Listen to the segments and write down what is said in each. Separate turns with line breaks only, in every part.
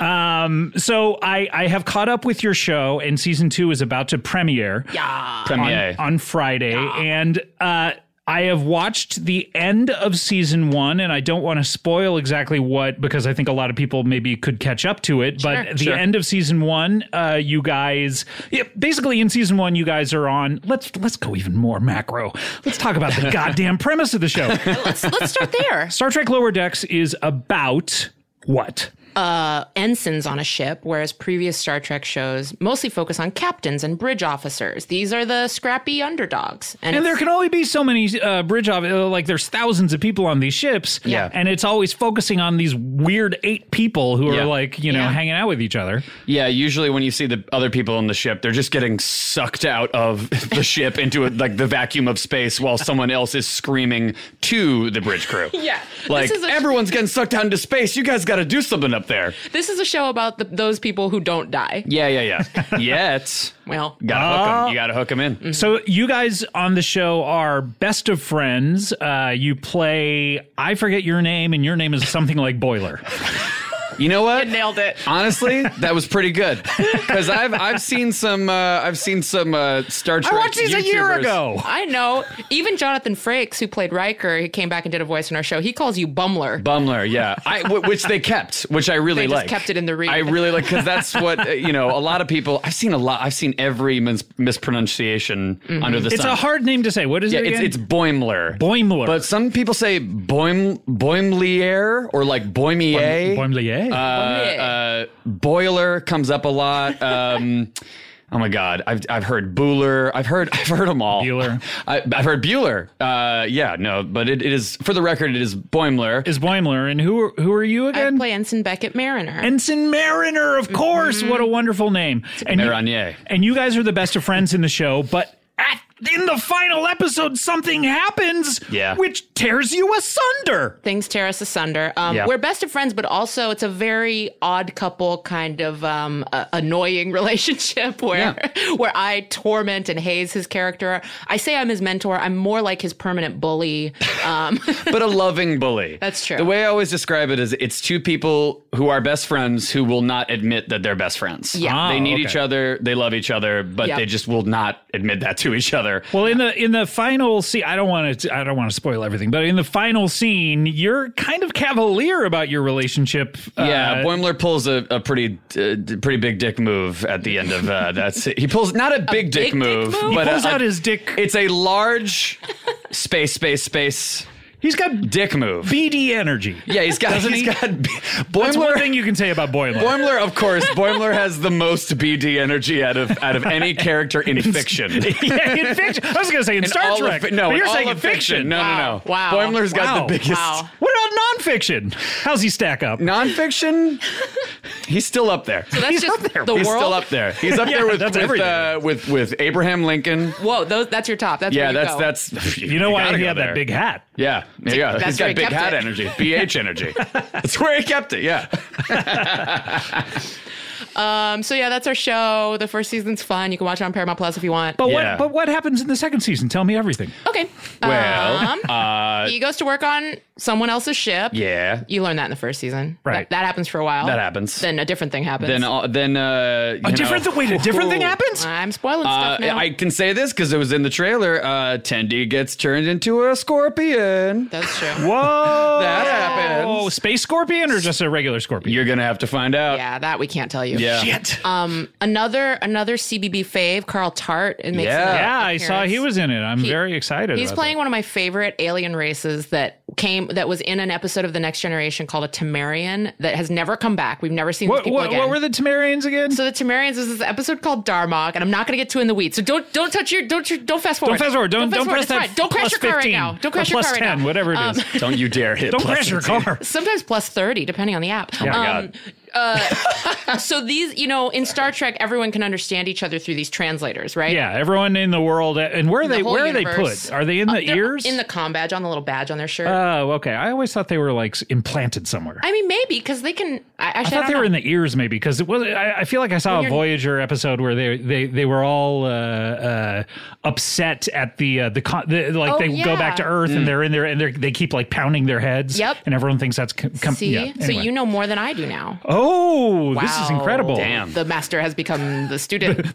Um, so I I have caught up with your show, and season two is about to premiere.
yeah.
Premier.
on, on Friday, and uh, I have watched the end of season one, and I don't want to spoil exactly what because I think a lot of people maybe could catch up to it. but the
sure.
end of season one, uh, you guys, yeah, basically in season one, you guys are on. Let's let's go even more macro. Let's talk about the goddamn premise of the show.
let's let's start there.
Star Trek Lower Decks is about what?
Ensigns on a ship, whereas previous Star Trek shows mostly focus on captains and bridge officers. These are the scrappy underdogs, and,
And
it's-
there can only be so many uh, bridge of uh, like there's thousands of people on these ships,
Yeah.
And it's always focusing on these weird eight people who
Yeah.
are like you know
Yeah.
hanging out with each other.
Yeah, usually when you see the other people on the ship, they're just getting sucked out of the ship into a, like the vacuum of space while someone else is screaming to the bridge crew.
Yeah.
Like
This is a-
everyone's getting sucked out into space. You guys got to do something up there.
this is a show about the, those people who don't die.
Yeah, yeah, yeah. Yet,
Well,
got to hook 'em. You got to hook them in.
So you guys on the show are best of friends. Uh, you play I forget your name, and your name is something like Boiler.
You know what?
nailed it.
Honestly, that was pretty good because I've I've seen some uh, I've seen some uh, Star Trek.
I watched these a year
YouTubers-
ago.
I know. Even Jonathan Frakes, who played Riker, he came back and did a voice in our show. He calls you Bumler.
Bumler, yeah, I, w- which they kept, which I really
They just
like.
kept it in the read.
I really like because that's what uh, you know. A lot of people, I've seen a lot. I've seen every mis- mispronunciation
Mm-hmm.
under the
It's
sun.
a hard name to say. What is
Yeah,
it?
it's
again?
it's Boimler.
Boimler.
But some people say Boim Boimlier or like Boimier.
Boimelier.
uh, boiler comes up a lot. Um, oh my God, I've I've heard Bueller. I've heard I've heard them all.
Bueller.
I, I've heard Bueller. Uh, yeah, no, but it, it is for the record, it is Boimler.
is Boimler, and who are, who are you
I
again?
play Ensign Beckett Mariner.
Ensign Mariner, of
Mm-hmm.
course. What a wonderful name. And you-
Marinier.
and you guys are the best of friends in the show, but at in the final episode, something happens
Yeah.
which tears you asunder.
Things tear us asunder. Um,
Yeah.
We're best of friends, but also it's a very odd couple kind of um, uh, annoying relationship where where I torment and haze his character. I say I'm his mentor. I'm more like his permanent bully. Um,
but a loving bully.
That's true.
The way I always describe it is it's two people who are best friends who will not admit that they're best friends.
Yeah.
Ah,
they need
okay.
each other, they love each other, but
Yeah.
they just will not admit that to each other.
Well, in the in the final scene, I don't want to I don't want to spoil everything, but in the final scene, you're kind of cavalier about your relationship.
Yeah,
uh,
Boimler pulls a, a pretty uh, d- pretty big dick move at the end of uh, that. se- He pulls not a big dick
dick
move,
move? He
but uh, a-
pulls
a-
out his dick.
It's a large space, space, space
he's got
dick move.
BD energy.
yeah, he's got.
Doesn't
He's
he?
got. b-
That's one
Boimler-
thing you can say about Boimler.
Boimler, of course, Boimler has the most BD energy out of out of any character in fiction.
yeah, in fiction. I was going to say in, Star
all of
Trek.
fi- no,
but
in
you're
all
saying
of
in fiction.
No,
Wow.
no, no.
Wow.
Boimler's got
Wow.
the biggest
Wow.
What about nonfiction? How's he stack up?
nonfiction. He's still up there.
that's
He's
just
up there.
the
He's
world.
still up there. He's up
Yeah,
there with
that's
with,
everything.
uh, with with Abraham Lincoln.
Whoa, those, that's your top. That's
Yeah,
where you
that's
go.
that's.
You know why
gotta
he
go
had
there.
that big hat?
Yeah, yeah.
That's
he's
where he
got big
kept
hat
it.
energy, BH energy. That's where he kept it. Yeah.
Um, so yeah, that's our show. The first season's fun. You can watch it on Paramount Plus if you want.
But
Yeah.
what? But what happens in the second season? Tell me everything.
okay.
Well,
Um,
uh,
he goes to work on someone else's ship.
yeah.
You learn that in the first season.
Right.
That, that happens for a while.
That happens.
Then a different thing happens.
Then uh, then uh,
A different. Th- wait, a different thing happens.
I'm spoiling
Uh,
stuff now.
I can say this because it was in the trailer. Uh, Tendy gets turned into a scorpion.
that's true.
Whoa!
That happens.
Oh, space scorpion or just a regular scorpion?
You're gonna have to find out.
Yeah, that we can't tell you.
Yeah.
Shit.
Um, another another CBB fave, Carl Tart. And makes
Yeah.
another
yeah, I saw
Uh, appearance.
he was in it. I'm very excited.
He's
about
playing one of my favorite alien races that came that was in an episode of The Next Generation called a Temerian that has never come back. We've never seen
that.
these
What,
people
what,
again.
what were the Temerians again?
so the Temerians is this episode called Darmok, and I'm not going to get too in the weeds. So don't don't touch your don't your, don't fast forward.
don't fast forward. Don't don't, press
it's
that.
fine. Don't crash
plus
your car
15
right now. Don't
or
crash your
plus
car right
10,
now. Um,
Whatever it is.
Don't you dare hit.
Don't
plus
crash your
18.
car.
sometimes plus 30 depending on the app
Oh my
Um, uh, so these you know in star trek everyone can understand each other through these translators right
Yeah, everyone in the world. uh, And where are
The
they?
whole
Where are they
universe.
put? Are they in
Uh,
the
they're
ears?
in the com badge on the little badge on their shirt
Oh, okay. I always thought they were like s- implanted somewhere.
i mean maybe because they can i, actually,
I thought
don't
they were
know.
in the ears, maybe, because it was. I, I feel like I saw a
you're-
Voyager episode where they they they were all uh, uh, upset at the uh, the, con- the like
Oh,
they go back to
yeah.
Earth and they're in there and they they keep like pounding their heads.
Yep.
And everyone thinks that's com- com-
see
yeah,
so
anyway.
you know more than i do now
Oh, this is
Wow.
incredible.
Damn.
the master has become the student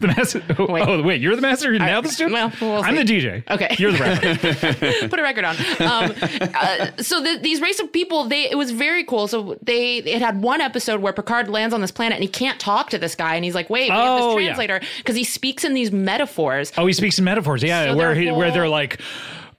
The master. Oh
Wait.
wait. oh, wait, you're the master. You're now the student.
well, we'll
I'm
see.
the DJ.
Okay.
you're the rapper.
put a record on. Um, uh, so the, these race of people, they it was very cool. So they it had one episode where Picard lands on this planet and he can't talk to this guy, and he's like, "Wait, we have
Oh,
this
yeah.
translator," because he speaks in these metaphors.
oh, he speaks in metaphors. Yeah,
So
where
their
he, where
whole-
they're like,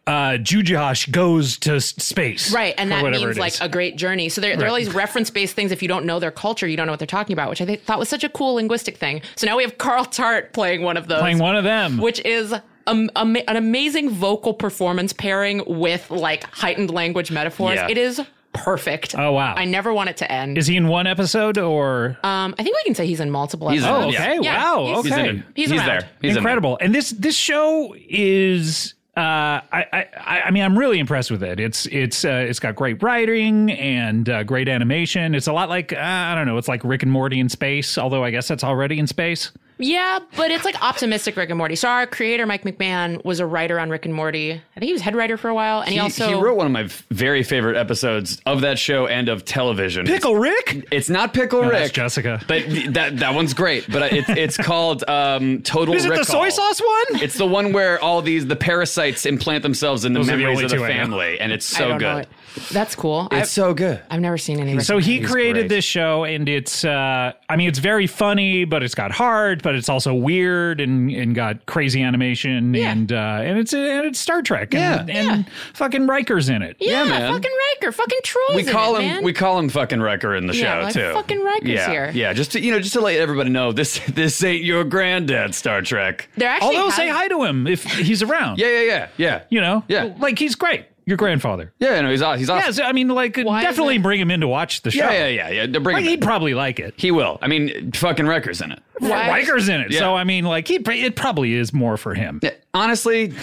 uh, Jujosh goes to s- space.
Right, and
or
that
whatever
means
it
like
is.
a great journey. So there, there are all
Right.
these reference-based things. If you don't know their culture, you don't know what they're talking about, which I think, thought was such a cool linguistic thing. So now we have Carl Tart playing one of those,
playing one of them.
which is um, ama- an amazing vocal performance pairing with like heightened language metaphors.
Yeah.
It is perfect.
Oh, wow.
I never want it to end.
Is he in one episode or?
Um, I think we can say he's in multiple.
He's
episodes.
oh,
yeah.
okay.
Yeah,
Wow.
he's-
okay.
He's, in it.
He's around.
there. He's in there.
Incredible. And this this show is. Uh, I, I I- I mean I'm really impressed with it. It's it's uh, it's got great writing and uh, great animation. It's a lot like uh, I don't know. It's like Rick and Morty in space. Although I guess that's already in space.
yeah, but it's like optimistic Rick and Morty. So our creator Mike McMahon was a writer on Rick and Morty. I think he was head writer for a while, and he,
He,
also
he wrote one of my f- very favorite episodes of that show and of television.
Pickle Rick.
It's not Pickle
that's
Rick,
Jessica.
But th- that that one's great. But uh, it's it's called um, Total.
Is it the soy
Recall.
sauce one?
It's the one where all these the parasites implant themselves in the
Those are the
memories
only
of the
two I know.
family, and it's
I
so
don't know
good.
it. That's cool. I've,
It's so good.
I've never seen any. Rick
So he created
great.
this show, and it's uh, I mean it's very funny, but it's got heart, but it's also weird and, and got crazy animation,
Yeah.
and uh, and it's and it's Star Trek, and,
Yeah.
and fucking Riker's in it.
yeah,
Yeah, man.
fucking Riker, fucking Troy.
We call
it,
him
man.
we call him fucking Riker in the
Yeah,
show
like,
too.
fucking Riker's
yeah,
here.
Yeah, just to, you know, just to let everybody know this this ain't your granddad Star Trek.
They're actually
Although
has-
say hi to him if he's around.
Yeah, yeah, yeah, yeah.
you know,
Yeah.
like he's great. Your grandfather.
yeah, no, he's aw- he's awesome.
Yes, I mean like
is
definitely
it-
bring him in to watch the show.
yeah, yeah, yeah, yeah. Bring
Like,
him in.
he'd probably like it.
He will. I mean, fucking Wrecker's in it.
Why-
Riker's in it.
Yeah.
So I mean, like he, it probably is more for him.
Honestly,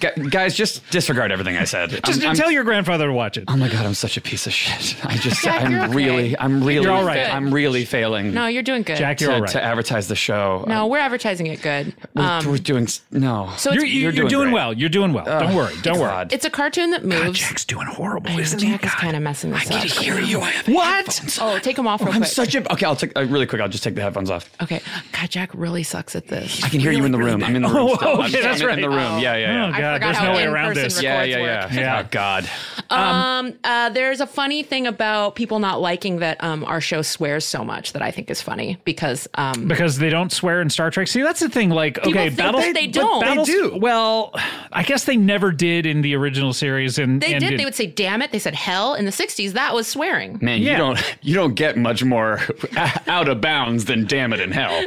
gu- guys, just disregard everything I said.
Just
I'm, I'm-
tell your grandfather to watch it.
Oh my god, I'm such a piece of shit. I just,
Jack,
I'm
you're okay.
really, I'm really,
all right.
I'm really failing.
No, you're doing good.
Jack,
to,
you're all right.
to advertise the show.
no, we're advertising it good.
we're,
Um,
we're doing s- no.
so it's,
you're, you're,
You're
doing,
doing great.
well. You're doing well. don't worry. Don't worry.
God.
it's a cartoon that moves.
Jack's doing horrible,
I know,
isn't
Jack
he?
is kind of messing this up.
hear you. I have
What?
Oh, take them off real
I'm
quick.
such a. Okay, I'll take uh, really quick. I'll just take the headphones off.
okay, God, Jack really sucks at this.
I can hear you in the room. I'm in the room.
Oh,
still. I'm,
okay, that's
I'm in the
right.
room. Yeah, yeah,
Oh,
yeah.
God,
forgot
there's
how
no way around
in-person
this.
Yeah,
records
yeah, yeah.
work.
Yeah.
Oh, God.
Um, uh, there's a funny thing about people not liking that um, our show swears so much that I think is funny because um,
Because they don't swear in Star Trek. See, that's the thing. Like, okay,
think
Battle-
that they
but
don't. They
Battles-
do.
Well, I guess they never did in the original series. And
they
and
did. They would say, "Damn it!" They said, "Hell!" In the '60s, that was swearing.
Man,
Yeah.
you don't you don't get much more out of bounds than damn it in hell.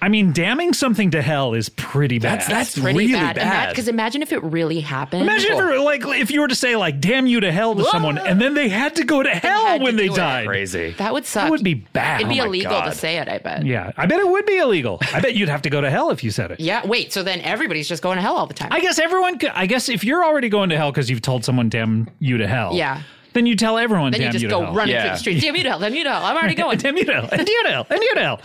I mean, damning something to hell is pretty bad.
that's
Pretty
really
bad.
bad.
Because imagine if it really happened.
Imagine if, it were like if you were to say like "damn you to hell" to someone, and then they had to go to hell
had to
when they
do it.
died.
Crazy.
that would suck.
That would be bad.
It'd be
Oh my
illegal to
God.
say it. I bet.
Yeah, I bet it would be illegal. I bet you'd have to go to hell if you said it.
Yeah, Wait. So then everybody's just going to hell all the time.
I guess everyone. Could, I guess if you're already going to hell because you've told someone "damn you to hell,"
Yeah.
then you tell everyone
then
"damn
you just
to
go
hell."
running
Yeah.
through the street. Damn you to hell. Damn you to hell. I'm already going.
Damn you to hell! Damn you to hell! Damn you to hell!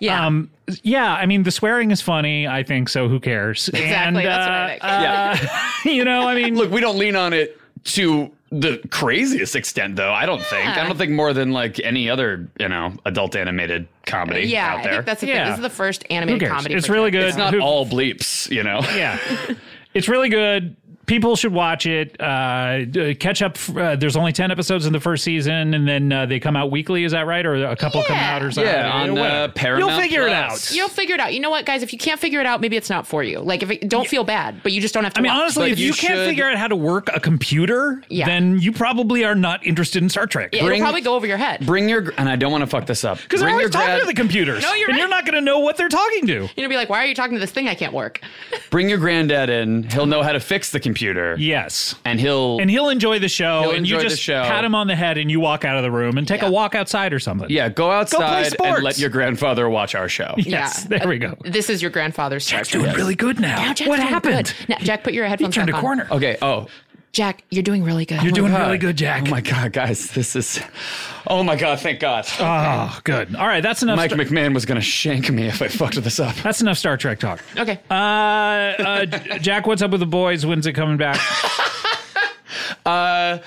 Yeah.
Um, yeah, I mean the swearing is funny. I think so. Who cares?
Exactly,
And,
that's what I think.
uh, uh, you know, I mean,
Look, we don't lean on it to the craziest extent, though. I don't think. I don't think more than like any other, you know, adult animated comedy
yeah.
out
I
there.
think that's the
Yeah.
thing. This is the first
who
animated
cares?
comedy.
It's
for
really
Jack.
good.
it's not
Who-
all bleeps, you know.
yeah it's really good people should watch it uh d- catch up uh, there's only 10 episodes in the first season and then uh, they come out weekly is that right or a couple come
Yeah.
out or something
Yeah, on
Whatever.
uh, Paramount.
you'll figure
Plus.
it out
You'll figure it out. You know what, guys? If you can't figure it out, maybe it's not for you. Like, if it, don't feel bad, but you just don't have to.
I mean,
watch.
honestly,
But
if you,
you
can't
should-
figure out how to work a computer,
Yeah.
then you probably are not interested in Star Trek.
Yeah,
bring-
it'll probably go over your head. You're
Bring your gr- and I don't want to fuck this up.
Because they're
Bring your
always talking
grad,
to the computers.
No, you're
and
right.
you're not going to know what they're talking to.
gonna be like, why are you talking to this thing I can't work?
bring your granddad in. He'll know how to fix the computer.
Yes.
and he'll
And he'll enjoy the show,
He'll
and you
enjoy the
just
show.
pat him on the head, and you walk out of the room and take a walk outside or something.
yeah go outside
sports.
and let your grandfather watch our show.
Yes.
Yeah.
There we go.
This is your grandfather's Star
Jack's
Trek.
doing really good now.
Now Jack's
what
doing
happened?
good. Now, Jack, put your headphones
He turned
back
a
on.
corner.
Okay. Oh,
Jack, you're doing really good.
You're doing
God.
really good, Jack.
Oh my god, guys, this is. Oh my god, thank God.
Oh, good. All right, that's enough.
Mike
Star-
McMahon was gonna shank me if I fucked this up.
that's enough Star Trek talk.
okay.
Uh, uh, J- Jack, what's up with the boys? When's it coming back?
Uh,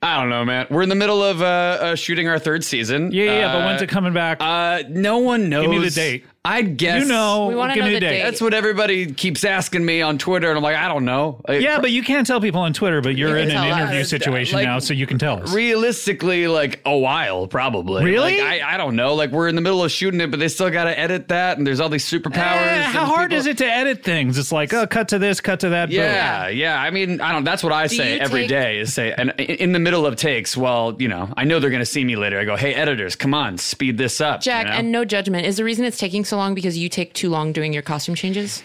I don't know, man. We're in the middle of uh, uh shooting our third season.
Yeah, yeah, yeah, but
Uh,
when's it coming back?
Uh, no one knows.
me the date.
I'd guess.
you know,
We wanna
give me
know
a
the
date.
date.
That's what everybody keeps asking me on Twitter, and I'm like, I don't know. Like,
Yeah, but you can't tell people on Twitter, but you're
You
in
can
an
tell
interview
us.
situation
Like,
now, so you can tell us.
realistically, like a while probably.
Really?
Like, I, I don't know. Like we're in the middle of shooting it, but they still got to edit that, and there's all these superpowers.
Eh, how
and
hard
people-
is it to edit things? It's like, oh, cut to this, cut to that. boom.
Yeah, yeah. I mean, I don't. That's what I say
you
every
take-
day is say, and i- in the middle of takes. Well, you know, I know they're gonna see me later. I go, hey, editors, come on, speed this up.
Jack,
you know?
and no judgment. Is the reason it's taking so long because you take too long doing your costume changes?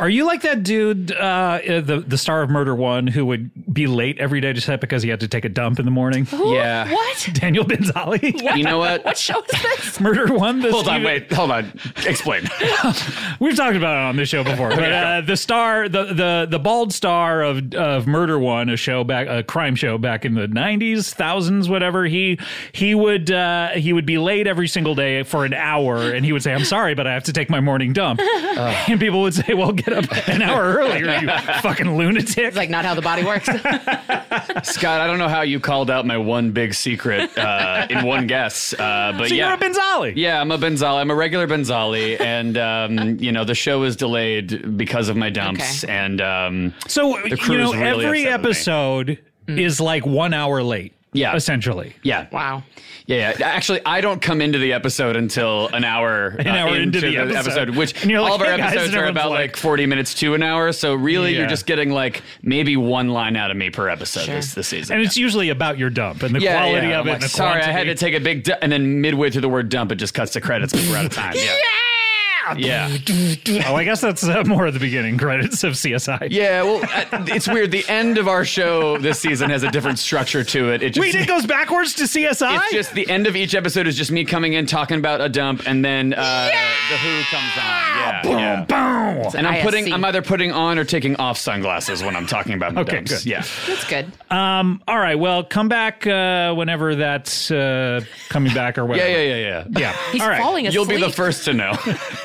Are you like that dude, uh, uh, the the star of Murder One, who would be late every day to set because he had to take a dump in the morning?
Yeah.
What?
Daniel Benzali,
you know what?
What show is this?
Murder One. The
Hold on,
Steven-
wait, hold on. Explain.
We've talked about it on this show before, but uh, the star, the the the bald star of of Murder One, a show back, a crime show back in the nineties, thousands, whatever. He he would uh, he would be late every single day for an hour, and he would say, "I'm sorry, but I have to take my morning dump,"
Uh.
and people would say, "Well, get up an hour earlier, you fucking lunatic."
It's like not how the body works.
Scott, I don't know how you called out my one big secret uh, in one guess, uh, but
so
yeah.
you're a Benzali.
Yeah, I'm a Benzali. I'm a regular Benzali, and um, you know the show is delayed because of my dumps.
Okay.
And um,
So you
crew
know,
is really
every
upset with me. Mm.
episode is like one hour late.
Yeah.
essentially.
yeah,
wow.
yeah, yeah. Actually, I don't come into the episode until an hour, uh,
An hour into the episode.
which
And you're like,
all of our
"Hey, guys,"
episodes
and
are
everyone's
about
like-
like 40 minutes to an hour. So really,
Yeah.
you're just getting like maybe one line out of me per episode this, this season.
And it's usually about your dump and the quality of it.
I'm like,
and the
Sorry, I had
quantity."
to take a big, du-, and then midway through the word dump, it just cuts to credits. But we're out of time. Yeah.
Yeah.
Yeah.
Oh, I guess that's uh, more of the beginning credits of CSI.
Yeah, well, uh, it's weird. The end of our show this season has a different structure to it. It just,
Wait, it goes backwards to CSI?
it's just the end of each episode is just me coming in talking about a dump, and then uh, the Who comes on. Yeah, yeah.
Ah, Boom!
And I'm putting,
ISC.
I'm either putting on or taking off sunglasses when I'm talking about the
Okay,
dumps.
good.
Yeah,
That's good.
Um, all right, well, come back uh, whenever that's uh, coming back or
yeah,
whatever.
yeah, yeah, yeah.
yeah.
He's
all right.
falling asleep.
You'll be the first to know.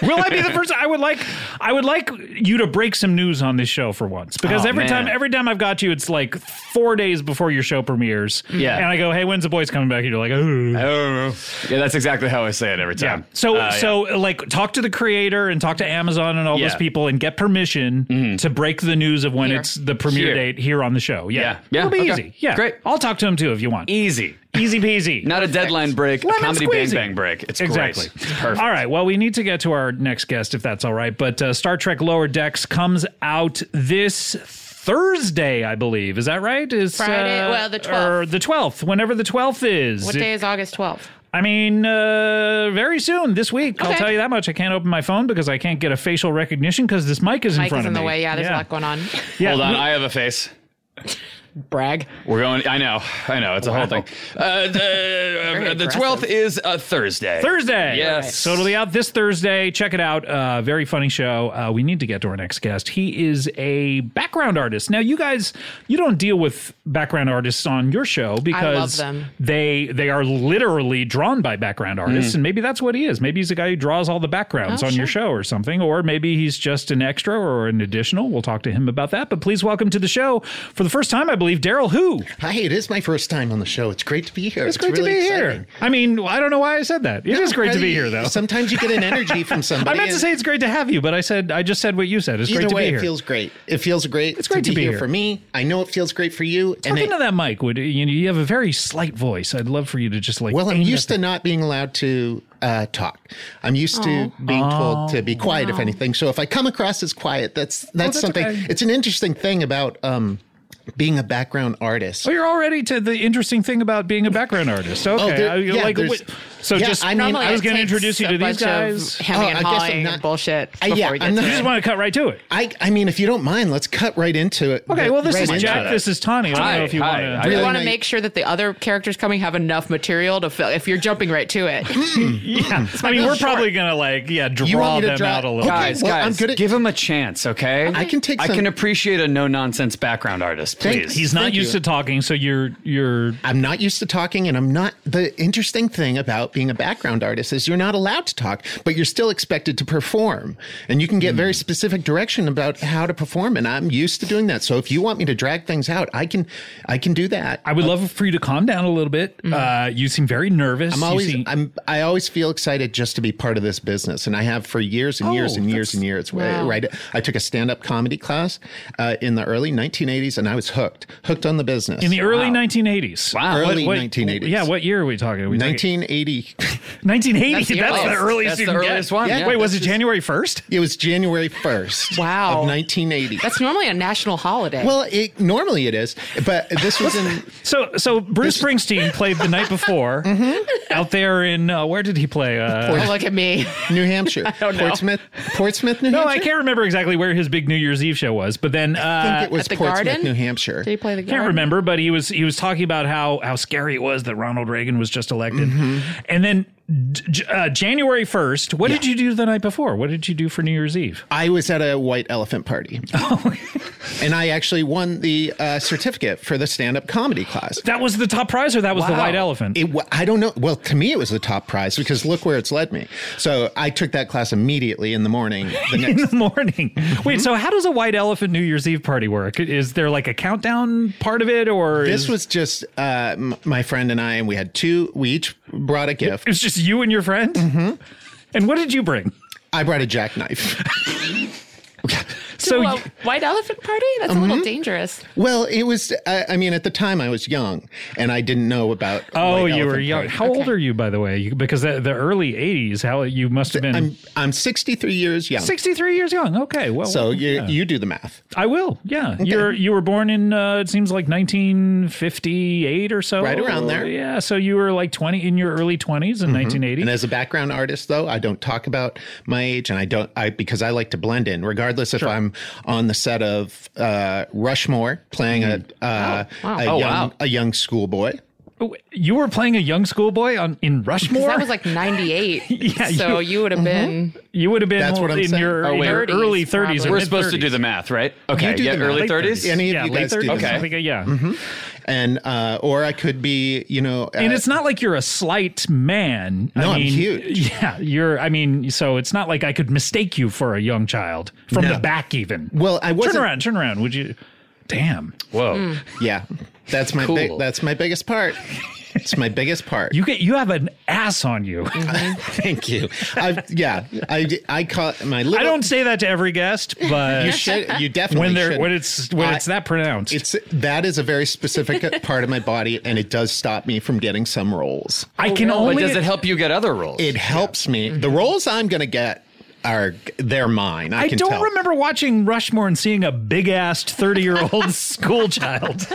Will I be the first? I would like, I would like you to break some news on this show for once, because
Oh,
every
man.
time, every time I've got you, it's like four days before your show premieres.
Yeah.
and I go, "Hey, when's the boys coming back?" And you're like, "Oh,
yeah, that's exactly how I say it every time.
yeah." So,
Uh,
so like, talk to the creator and talk to Amazon and all
Yeah. Mm-hmm.
those people and get permission to break the news of when
Here.
it's the premiere
Here.
date here on the show. Yeah,
Yeah. Yeah.
it'll be
Okay.
easy. Yeah,
Great.
I'll talk to him too if you want.
easy,
Easy peasy.
not a deadline break, a
Lemon
comedy
squeezy.
bang bang break. It's great.
Exactly.
It's perfect.
All right. Well, we need to get to our next guest, if that's all right. But uh, Star Trek Lower Decks comes out this Thursday, I believe. Is that right? Is
Friday- well, the 12th.
or the twelfth, whenever the twelfth is.
What day is August 12th?
I mean, uh, very soon this week. I'll
Okay.
tell you that much. I can't open my phone because I can't get a facial recognition because this mic is in
Mike
front
is in
of
the
me.
way. Yeah, there's a lot going on.
Yeah.
Hold on, I have a face.
Brag.
We're going. I know. I know. It's a whole thing. Uh, the the
aggressive.
twelfth is a Thursday.
Thursday.
Yes.
So it'll be out this Thursday. Check it out. Uh, very funny show. Uh, we need to get to our next guest. He is a background artist. Now, you guys, you don't deal with background artists on your show because
them. Mm-hmm.
they they are literally drawn by background artists, and maybe that's what he is. Maybe he's a guy who draws all the backgrounds
Oh,
on your show or something, or maybe he's just an extra or an additional. We'll talk to him about that. But please welcome to the show for the first time, I believe, Daryl Who.
Hi, it is my first time on the show. It's great to be here.
It's great to be here. I mean, I don't know why I said that. It is great to be here, though.
Sometimes you get an energy from somebody.
I meant to
and
say it's great to have you, but I said I just said what you said. It's
Either
great to
way,
be here.
it feels great. It feels great. It's
great to be here.
for me. I know it feels great for you. and
Talk
it-
into that mic. Would you, you have a very slight voice? I'd love for you to just like.
well, I'm
aim
used
at
to not being allowed to uh, talk. I'm used to being told to be quiet, if anything. So if I come across as quiet, that's that's,
Oh, that's
something.
okay.
It's an interesting thing about um, being a background artist.
The, oh, you're already to the interesting thing about being a background artist. Okay,
Oh, there-
I- you're
yeah,
like,
there's-
wait- so
yeah,
just.
I mean,
I was
it
going to
takes
introduce you
a
to these
bunch of
guys.
Hemming
Oh,
and
I guess I'm
hawing
not-
and bullshit.
I-
before
yeah,
we get
I'm
to
not-
You
it.
just want to cut right to it.
I I mean, if you don't mind, let's cut right into it.
Okay, well, this
Right
is
into
Jack.
it.
This is Tawny. I don't
Hi,
know if you
hi,
want
I-
to.
We
Really
want to
nice.
make sure that the other characters coming have enough material to fill. If you're jumping right to it,
Yeah. I mean, we're probably going to like, yeah, draw
me to
them
draw-
out a little.
Okay.
guys,
well,
guys,
I'm good at-
give him a chance, okay?
I can take
I
some-
can appreciate a no nonsense background artist,
Thank-
please.
He's not
Thank
used
you.
to talking, so you're you're
I'm not used to talking, and I'm not. The interesting thing about being a background artist is you're not allowed to talk, but you're still expected to perform. And you can get
Hmm.
very specific direction about how to perform. And I'm used to doing that. So if you want me to drag things out, I can, I can do that.
I would love for you to calm down a little bit. Uh, you seem very nervous.
Mm-hmm. I'm
You
always,
seem-
I'm, I always feel excited just to be part of this business, and I have for years and
Oh,
years and years and years.
Wow.
Right, I took a stand-up comedy class uh, in the early 1980s, and I was hooked, hooked on the business.
in the early 1980s.
Wow.
early
What-
1980s,
Yeah, what year are we talking? Are we talking-
1980.
1980.
That's
That's
the
the
earliest.
earliest
That's
you
the
can
earliest
get.
one.
Yeah.
Yeah.
Wait, was it
That's
January 1st?
It was January 1st.
Wow.
Of 1980.
that's normally a national holiday.
well, it, normally it is, but this was in
So, so Bruce Springsteen played the night before out there in uh, where did he play? Uh,
oh, look at me.
New Hampshire.
know.
Portsmouth, Portsmouth, New
no, I
Hampshire.
can't remember exactly where his big New Year's Eve show was, but then
I
uh,
think it was
At the
Portsmouth,
Garden?
New Hampshire.
Did he play the game?
can't remember, but he was he was talking about how how scary it was that Ronald Reagan was just elected, and then d- j- uh, January first. What did you do the night before? What did you do for New Year's Eve?
I was at a white elephant party.
Oh.
and I actually won the uh, certificate for the stand up comedy class.
That was the top prize, or that was the
Wow.
white elephant.
It, wa- I don't know. Well, to me, it was the top prize because look where it's led me. So I took that class immediately in the morning. The next
in the morning.
Mm-hmm.
Wait, so how does a white elephant New Year's Eve party work? Is there like a countdown part of it, or
This
is,
was just uh, m- my friend and I, and we had two. We each brought a gift.
it was just you and your friend?
Mm-hmm.
And what did you bring?
I brought a jackknife.
so So
to a
y-
white elephant party? That's a
Mm-hmm.
little dangerous.
Well, it was. I, I mean, at the time, I was young, and I didn't know about.
Oh,
White
you were
Elephant
young.
Party.
How old are you, by the way? You- Because the, the early '80s, how you must have been
I'm I'm 63 years young.
63 years young. Okay, well,
So you
yeah.
you do the math,
I will. Yeah, you're you were born in uh, it seems like 1958 or so,
Right around there. Mm-hmm.
Yeah, so you were like 20 in your early 20s in 1980.
and as a background artist, though, I don't talk about my age, and I don't I because I like to blend in, regardless if I'm on the set of uh, Rushmore playing
Mm.
a uh, a
Oh,
young
wow.
a young schoolboy.
Oh, You were playing a young schoolboy on in Rushmore.
Because that was like 98.
Yeah,
so you, would have been.
Mm-hmm.
you would have been
That's what I'm
in
saying.
your,
Oh,
in
wait.
your
30s,
early 30s. or
probably.
We're
mid-
supposed to
30s.
do the math, right? Okay.
You do
yeah,
the math.
early
Late
30s.
Any of
yeah,
you
late
guys do Mm-hmm.
30s.
the
I
math.
think, yeah.
and uh, or I could be, you know,
And
uh,
it's not like you're a slight man.
No,
I
I'm
mean,
huge.
Yeah, you're. I mean, so it's not like I could mistake you for a young child from
No.
the back, even.
Well, I wasn't-
Turn around, turn around. Would you? Damn,
Whoa.
yeah, that's my big,
Cool.
that's my biggest part. It's my biggest part.
you get you have an ass on you.
Mm-hmm. Thank you. I, yeah, I I caught my. Little,
I don't say that to every guest, but
You should. You definitely
when they're
should.
when it's when
I-
it's that pronounced,
It's that is a very specific part of my body, and it does stop me from getting some roles.
I can
But
only.
does it help you get other roles?
It helps me.
Mm-hmm.
The roles I'm going to get are they're mine. I,
I
can
don't
tell.
remember watching Rushmore and seeing a big assed thirty year old school child.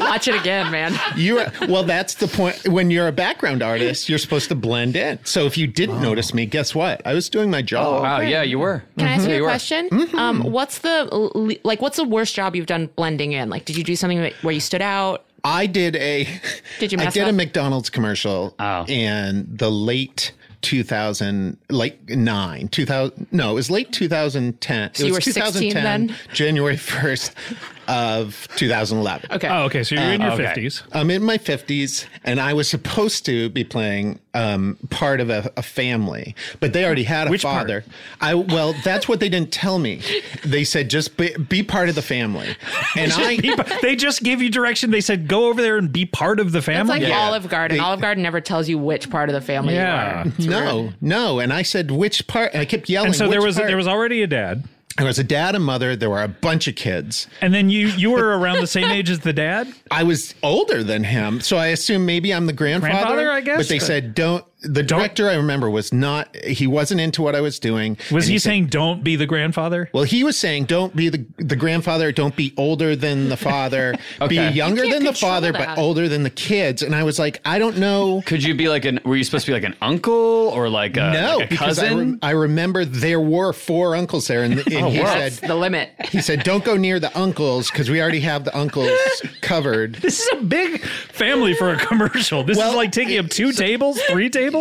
Watch it again, man.
You are, well, that's the point. When you're a background artist, you're supposed to blend in. So if you
Oh.
didn't notice me, guess what? I was doing my job.
wow. Yeah, you were.
Can I ask
Yeah,
you a
were.
question?
Mm-hmm.
Um, what's the le- like? What's the worst job you've done blending in? Like, did you do something that- where you stood out?
I did a
Did you
I
mess
did a
up?
McDonald's commercial
Oh.
in the late 2000 like 9 2000 no it was late 2010
So
it
you
was
were 16 then?
January 1st of 2011
Okay.
Oh, okay. So you're in your
okay.
fifties.
I'm in my 50s and I was supposed to be playing um, part of a, a family, but they already had a
Which part?
father. I well, that's what they didn't tell me. They said just be, be part of the family. And I
Be- they just gave you direction. They said go over there and be part of the
It's
family.
like Olive Garden. Olive Garden never tells you which part of the family
yeah.
you are.
no, no, and I said which part and I kept yelling
And so there
"Which
was
part?"
there was already a dad,
there was a dad and mother, there were a bunch of kids.
and then you you were around the same age as the dad.
I was older than him, so I assume maybe I'm the grandfather.
Grandfather, I guess? Uh,
But they said don't. The director I remember was not. He wasn't into what I was doing.
Was
and
he,
said-
saying don't be the grandfather?
Well, he was saying don't be the the grandfather. Don't be older than the father.
Okay.
Be younger
You can't
than the
control
father,
that.
but older than the kids. And I was like, I don't know.
Could you be like an? Were you supposed to be like an uncle or
Uh,
like a,
No,
like a
because I,
cousin?
rem- I remember there were four uncles there, and,
Oh,
and he
That's
said
the limit.
he said don't go near the uncles because we already have the uncles covered.
This is a big family for a commercial. This is
Well,
like taking up two tables, three tables.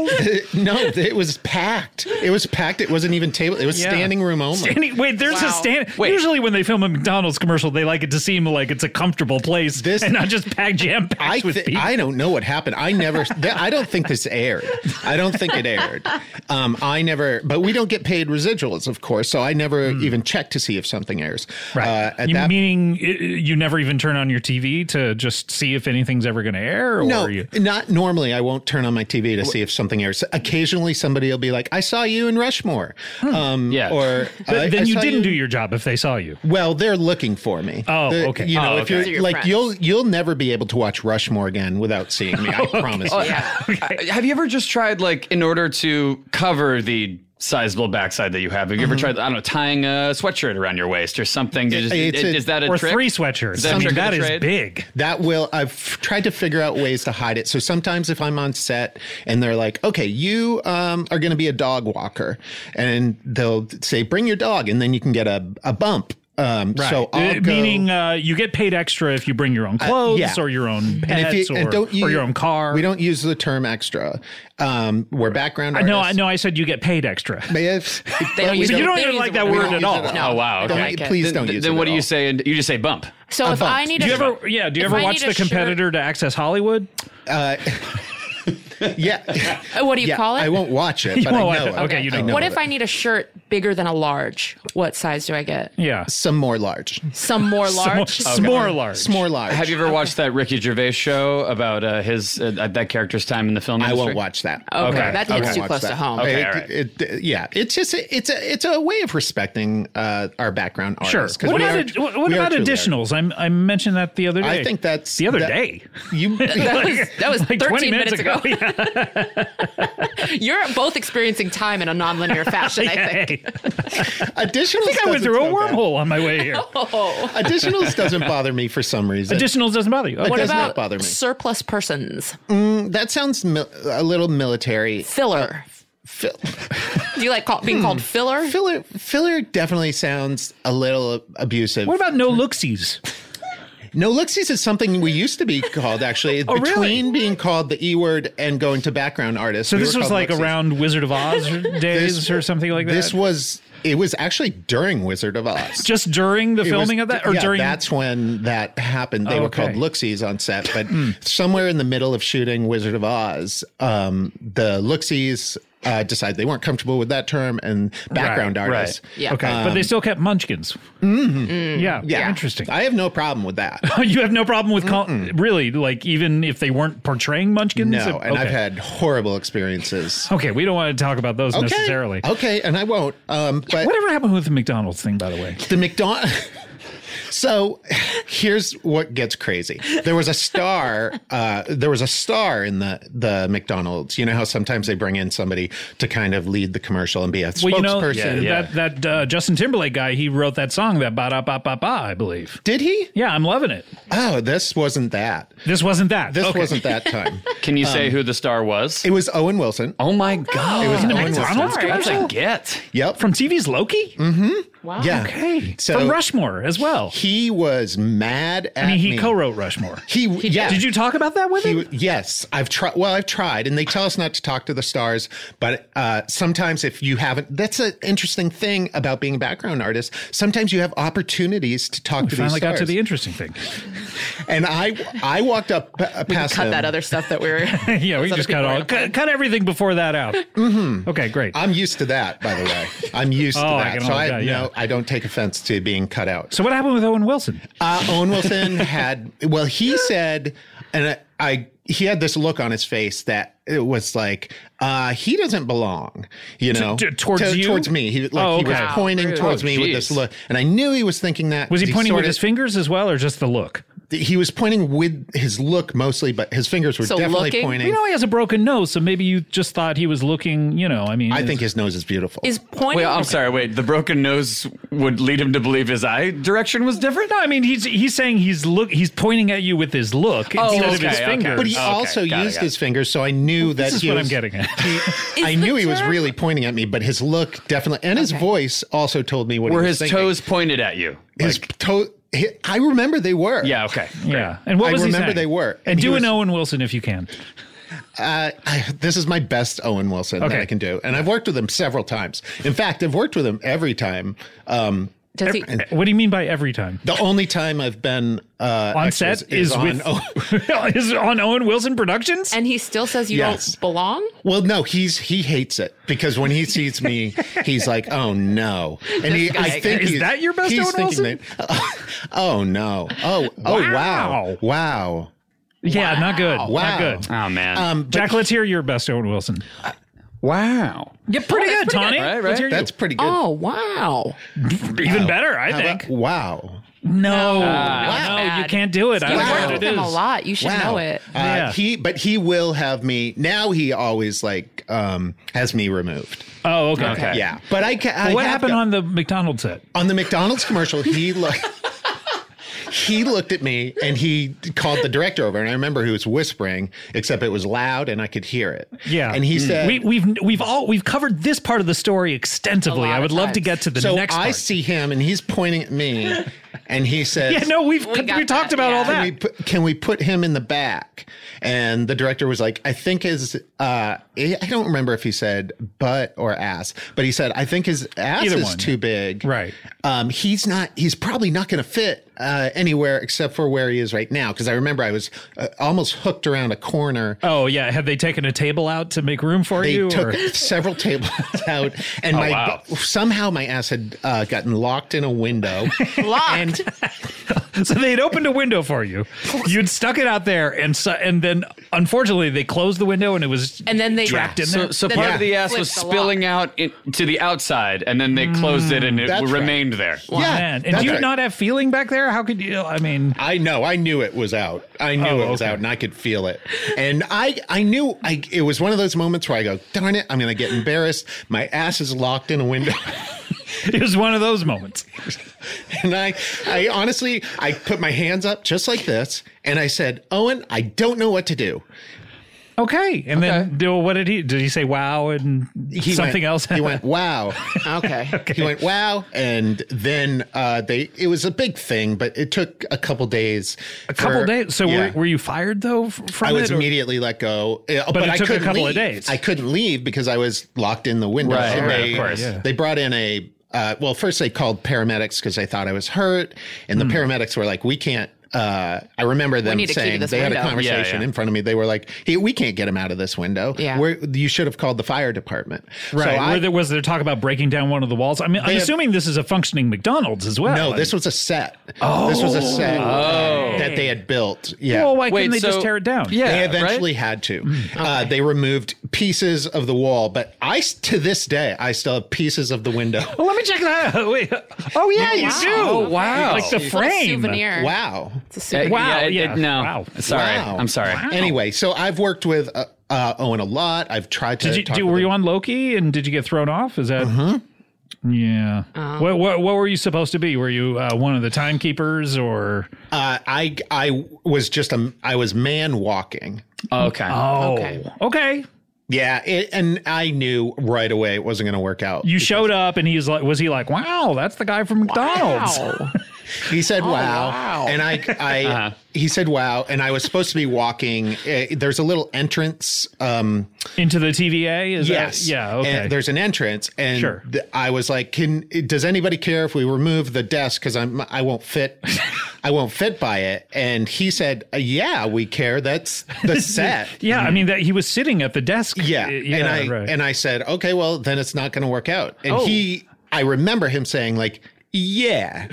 No, it was packed. It was packed. It wasn't even table. It was
Yeah.
standing room only.
Standing, wait, there's
Wow.
a stand.
Wait.
Usually, when they film a McDonald's commercial, they like it to seem like it's a comfortable place
This-
and not just packed jam
I
packed with
th-
people.
I don't know what happened. I never. th- I don't think this aired. I don't think it aired. Um, I never. But we don't get paid residuals, of course. So I never even check to see if something airs. Uh, at
you,
that.
meaning i- i- you never even turn on your TV to just see if anything's ever going to air? Or
no,
you,
not normally. I won't turn on my TV to see if something airs. Occasionally, somebody will be like, "I saw you in Rushmore," um,
Yeah.
or
but
"I-
then
I
you
saw
didn't do your job if they saw you.
Well, they're looking for me.
Oh, okay.
You know,
Oh,
if
okay.
you're
These
are your
like,
friends.
you'll you'll never be able to watch Rushmore again without seeing me. I promise. you.
Oh, Yeah.
Uh, have you ever just tried like in order to cover the sizable backside that you have? Have you ever
Mm-hmm.
tried I don't know tying a sweatshirt around your waist or something? to just-
it's
i-
a-
is that a
Or
trick?
three sweatshirts.
Is that a
I mean,
trick of
that
the
is
trade?
big.
That will. I've f- tried to figure out ways to hide it. So sometimes if I'm on set and they're like, "Okay, you um, are going to be a dog walker," and they'll say, "Bring your dog," and then you can get a a bump. Um, So
Uh,
I'll go,
meaning uh, you get paid extra if you bring your own clothes
yeah.
or your own
and
pets or,
u-
or your own car.
We don't use the term extra. Um, we're background.
I know. I
artists.
know. I said you get paid extra.
If,
They don't use
you
it.
don't
They
even like
use it
that
when
word
they're
at
use
all.
it
Oh wow.
Don't
Okay.
like it.
please
Then-
don't use it.
Then
at
what do
all.
you say? You just say bump.
So if
bump.
I need
Do
a
you ever? Yeah. Do you
If
ever
I
watch
need
the
a shirt-
competitor to access Hollywood?
yeah.
Uh, What do you
yeah,
call it?
I won't watch it,
You
but I know
won't watch
it.
it. Okay, you
I
know
What
it.
if I need a shirt bigger than a large? What size do I get?
Yeah.
some more large?
Some more large.
Some more large.
Some more large.
Have you ever watched that Ricky Gervais show about uh, his uh, that character's time in the film?
I
industry?
won't watch that.
Oh,
Okay,
Okay.
that
I
hits
won't
too
watch
close
that.
to home.
Okay.
It-
all right.
it- it- yeah, it's just a, it's a it's a way of respecting uh, our background
Sure.
artists. 'cause
What
we
about,
are-
ad- what what
we are
about
truly
additionals? I'm, I mentioned that the other day.
I think that's
the other
that-
day.
You
That was, that was 13
20
minutes,
minutes
ago.
ago.
You're both experiencing time in a nonlinear fashion, I think.
Hey,
additionals.
I think I went through a wormhole on my way here.
Oh. Additionals doesn't bother me for some reason.
Additionals doesn't bother you. Oh, Okay.
What
does not
about
bother me.
surplus persons?
that sounds mil- a little military.
Filler.
Fill-
Do you like call, being called
Hmm.
filler?
filler filler definitely sounds a little abusive.
What about no looksies?
No looksies is something we used to be called actually.
Oh, really?
Between being called the E word and going to background artist.
So this was like
around.
around Wizard of Oz days or something like that.
This was it was actually during Wizard of Oz.
just during the
It was-
filming of that, or
yeah,
during
that's when that happened. They
Oh,
were
okay. Hmm.
called looksies on set, but somewhere in the middle of shooting Wizard of Oz, um, the looksies uh, decided they weren't comfortable with that term and background
Right, right.
artists. Um, Mm-hmm.
Yeah.
Okay, but they still kept Munchkins. Yeah,
Yeah.
interesting.
I have no problem with that.
you have no problem with call- really, like even if they weren't portraying Munchkins.
No,
It-
and I've
okay.
had horrible experiences.
Okay, we don't want to talk about those
Okay.
necessarily.
Okay, and I won't. Um, but
Whatever happened with the McDonald's thing, by the way?
The McDonald. so here's what gets crazy. There was a star. Uh, there was a star in the the McDonald's. You know how sometimes they bring in somebody to kind of lead the commercial and be a
Well, you know
spokesperson.
yeah.
that that uh, Justin Timberlake guy, he wrote that song, that ba da ba ba ba, I believe.
Did he?
Yeah, I'm loving it.
Oh, this wasn't that.
This wasn't that.
This
Okay.
wasn't that time.
Can you say who the star was?
Um, it was Owen Wilson.
oh my god!
It was Owen
McDonald's
Wilson.
Sorry.
That's a get.
Yep.
from TV's Loki.
Wow.
yeah.
Okay,
So-
from Rushmore as well.
He was mad at
I mean, he
me.
co-wrote Rushmore.
He, yeah.
Did you talk about that with
He
him?
w- yes, I've tried. Well, I've tried, and they tell us not to talk to the stars. But uh, sometimes, if you haven't, that's an interesting thing about being a background artist. Sometimes you have opportunities to talk to these
Finally got
stars.
to the interesting thing.
and I, I walked up p- past
Cut
him.
that other stuff that we were.
yeah, we can just cut all cut, cut everything before that out.
Mm-hmm.
Okay, great.
I'm used to that, by the way. I'm used
Oh,
to
I
that,
can
so I
hold that, yeah.
no, I don't take offense to being cut out.
so what happened with Owen Wilson?
Uh, Owen Wilson had, well, he said, and I, I, he had this look on his face that it was like uh, he doesn't belong, you know,
to- towards
To-
you?
towards me. He like
Oh,
he was
okay. Wow,
pointing
rude.
towards
Oh,
me with this
geez.
look, and I knew he was thinking that.
Was he, pointing with
sorta-
his fingers as well, or just the look?
He was pointing with his look mostly, but his fingers were
So
definitely
looking?
pointing.
You know, he has a broken nose, so maybe you just thought he was looking. You know, I mean,
I think his nose is beautiful.
Is pointing.
Wait, I'm sorry. Wait, the broken nose would lead him to believe his eye direction was different.
No, I mean he's he's saying he's look he's pointing at you with his look instead of
okay,
his
okay.
fingers.
but he
Okay,
also
got it,
used
got it.
his fingers, so I knew that
this is
he
what
was,
I'm getting at.
He,
the
I knew he was
term-
really pointing at me, but his look definitely, and his voice also told me what
Were
he
his
was thinking.
toes pointed at you?
his toe. He, I remember they were.
Yeah. Okay.
yeah, and what
I
was he
remember
saying?
they were,
And,
and he
do an
was-
Owen Wilson if you can.
Uh, I, this is my best Owen Wilson
Okay.
that I can do, and I've worked with him several times. In fact, I've worked with him every time. Um,
Does he,
What do you mean by every time
the only time I've been uh,
on
extras
set is, with
on. Oh,
is on Owen Wilson Productions?
and he still says you
Yes.
don't belong?
Well, no, he's he hates it because when he sees me, he's like, "Oh no!" And he,
guy.
I think
Is
he's-
that your best
he's
Owen
thinking that- oh no! Oh oh wow
Wow.
wow
yeah, not good.
Wow.
Not good.
Oh man.
Um,
Jack, let's hear your best Owen Wilson.
wow.
Yeah, pretty good, Tawny.
Right, right.
Let's hear you.
that's pretty good.
Oh, wow.
even better, I
How about-
think.
wow.
no,
that's
no, you
bad.
can't do it. I
You
don't
Wow.
know
worked
what it
with him a
is.
lot. You should know it.
Uh,
Yeah.
He, but he will have me now. He always like um has me removed.
Oh, okay.
Okay.
Yeah, but I, ca- I
What
have
happened
go-
on the McDonald's set?
on the McDonald's commercial? He looked. He looked at me and he called the director over, and I remember he was whispering, except it was loud and I could hear it.
Yeah, Mm.
and he said,
we, "We've we've all we've covered this part of the story extensively.
A lot
I would
of
love to
times.
get to the
"So I
next." part.
see him, and he's pointing at me, and he says,
Yeah, no, we've we,
We got
talked
that,
about all
yeah.
that.
can we put, can we put him in the back? And the director was like, I think his, uh, I don't remember if he said butt or ass, but he said, I think his ass
Either
is
one,
too
yeah.
big.
Right.
Um, he's not, he's probably not going to fit uh, anywhere except for where he is right now. Because I remember I was uh, almost hooked around a corner.
Oh yeah, have they taken a table out to make room for
They
you? Oh,
took
or-
several tables out, and my
wow.
somehow my ass had uh, gotten locked in a window.
Locked.
so they'd opened a window for you. You'd stuck it out there, and so, and then unfortunately they closed the window, and it was
and then they
Trapped in
So,
there.
so
Then
part
they
of the ass
flipped
was
the lock.
spilling out in, to the outside, and then they closed it, and it
That's right.
remained there.
yeah,
man. And
that's
do you
right.
not have feeling back there? How could you? I mean,
I know. I knew it was out. I knew
Oh,
it was
okay.
out, and I could feel it. And I, I knew. I. It was one of those moments where I go, "Darn it! I'm going to get embarrassed. My ass is locked in a window."
it was one of those moments.
And I, I honestly, I put my hands up just like this, and I said, "Owen, I don't know what to do."
Okay, and then do, what did he? Did he say wow and
He went-
something else?
He went, "Wow."
Okay.
He went, "Wow," and then uh, they. It was a big thing, but it took a couple days.
a couple
for-
days. So
Yeah.
were, were you fired though f- from
I was
it? or-
immediately let go, uh, but,
it
I
took a
couldn't
couple of
leave.
days.
I couldn't leave because I was locked in the window.
Right,
And
right,
they,
of course. Yeah.
They brought in a. Uh, well, first they called paramedics because they thought I was hurt, and
Hmm.
the paramedics were like, "We can't." Uh, I remember them
need a key to
saying
this
they had a
window.
conversation
Yeah, yeah.
in front of me. They were like, hey, "We can't get him out of this window.
Yeah.
We're, you should have called the fire department." So
Right.
I-
Were there, was there talk about breaking down one of the walls? I mean, I'm
have-
assuming this is a functioning McDonald's as well.
no, this was a set. Oh, this was a set uh, that they had built. Yeah.
Oh. Well, why
Wait,
couldn't they
so-
just tear it down?
Yeah,
they
right?
eventually had to.
Mm.
Uh, they removed pieces of the wall, but I s- to this day I still have pieces of the window.
Well, let me check that out. Wait. Oh yeah, you
wow.
do.
Oh,
wow.
Like the
It's a little
frame.
souvenir.
wow.
It's a
Uh,
souvenir.
Wow,
it-
yeah.
it- no.
Wow.
Sorry.
Wow.
I'm sorry.
Anyway, so I've worked with uh, uh, Owen a lot. I've tried to.
Did you,
talk
do,
with
were you
him.
on Loki and did you get thrown off? Is that? Yeah. what, what what were you supposed to be? Were you uh, one of the timekeepers or?
Uh, I I was just a I was man walking.
Okay.
Oh.
Okay.
okay.
Yeah, it, and I knew right away it wasn't going to work out.
You showed up and he was like, was he like, wow, that's the guy from McDonald's?
Wow.
He said,
Oh,
wow.
wow.
And I, I,
Uh-huh.
he said, wow. And I was supposed to be walking. Uh, there's a little entrance. Um,
Into the TVA? Is that-
yes.
yeah. Okay.
And there's an entrance. And
Sure.
th- I was like, can, does anybody care if we remove the desk? Cause I'm, I won't fit. I won't fit by it. And he said, uh, yeah, we care. That's the set.
yeah. I mean, that he was sitting at the desk.
Yeah.
Uh,
and I
right. Oh.
and I said, okay, well, then it's not going to work out. And he, I remember him saying like, yeah,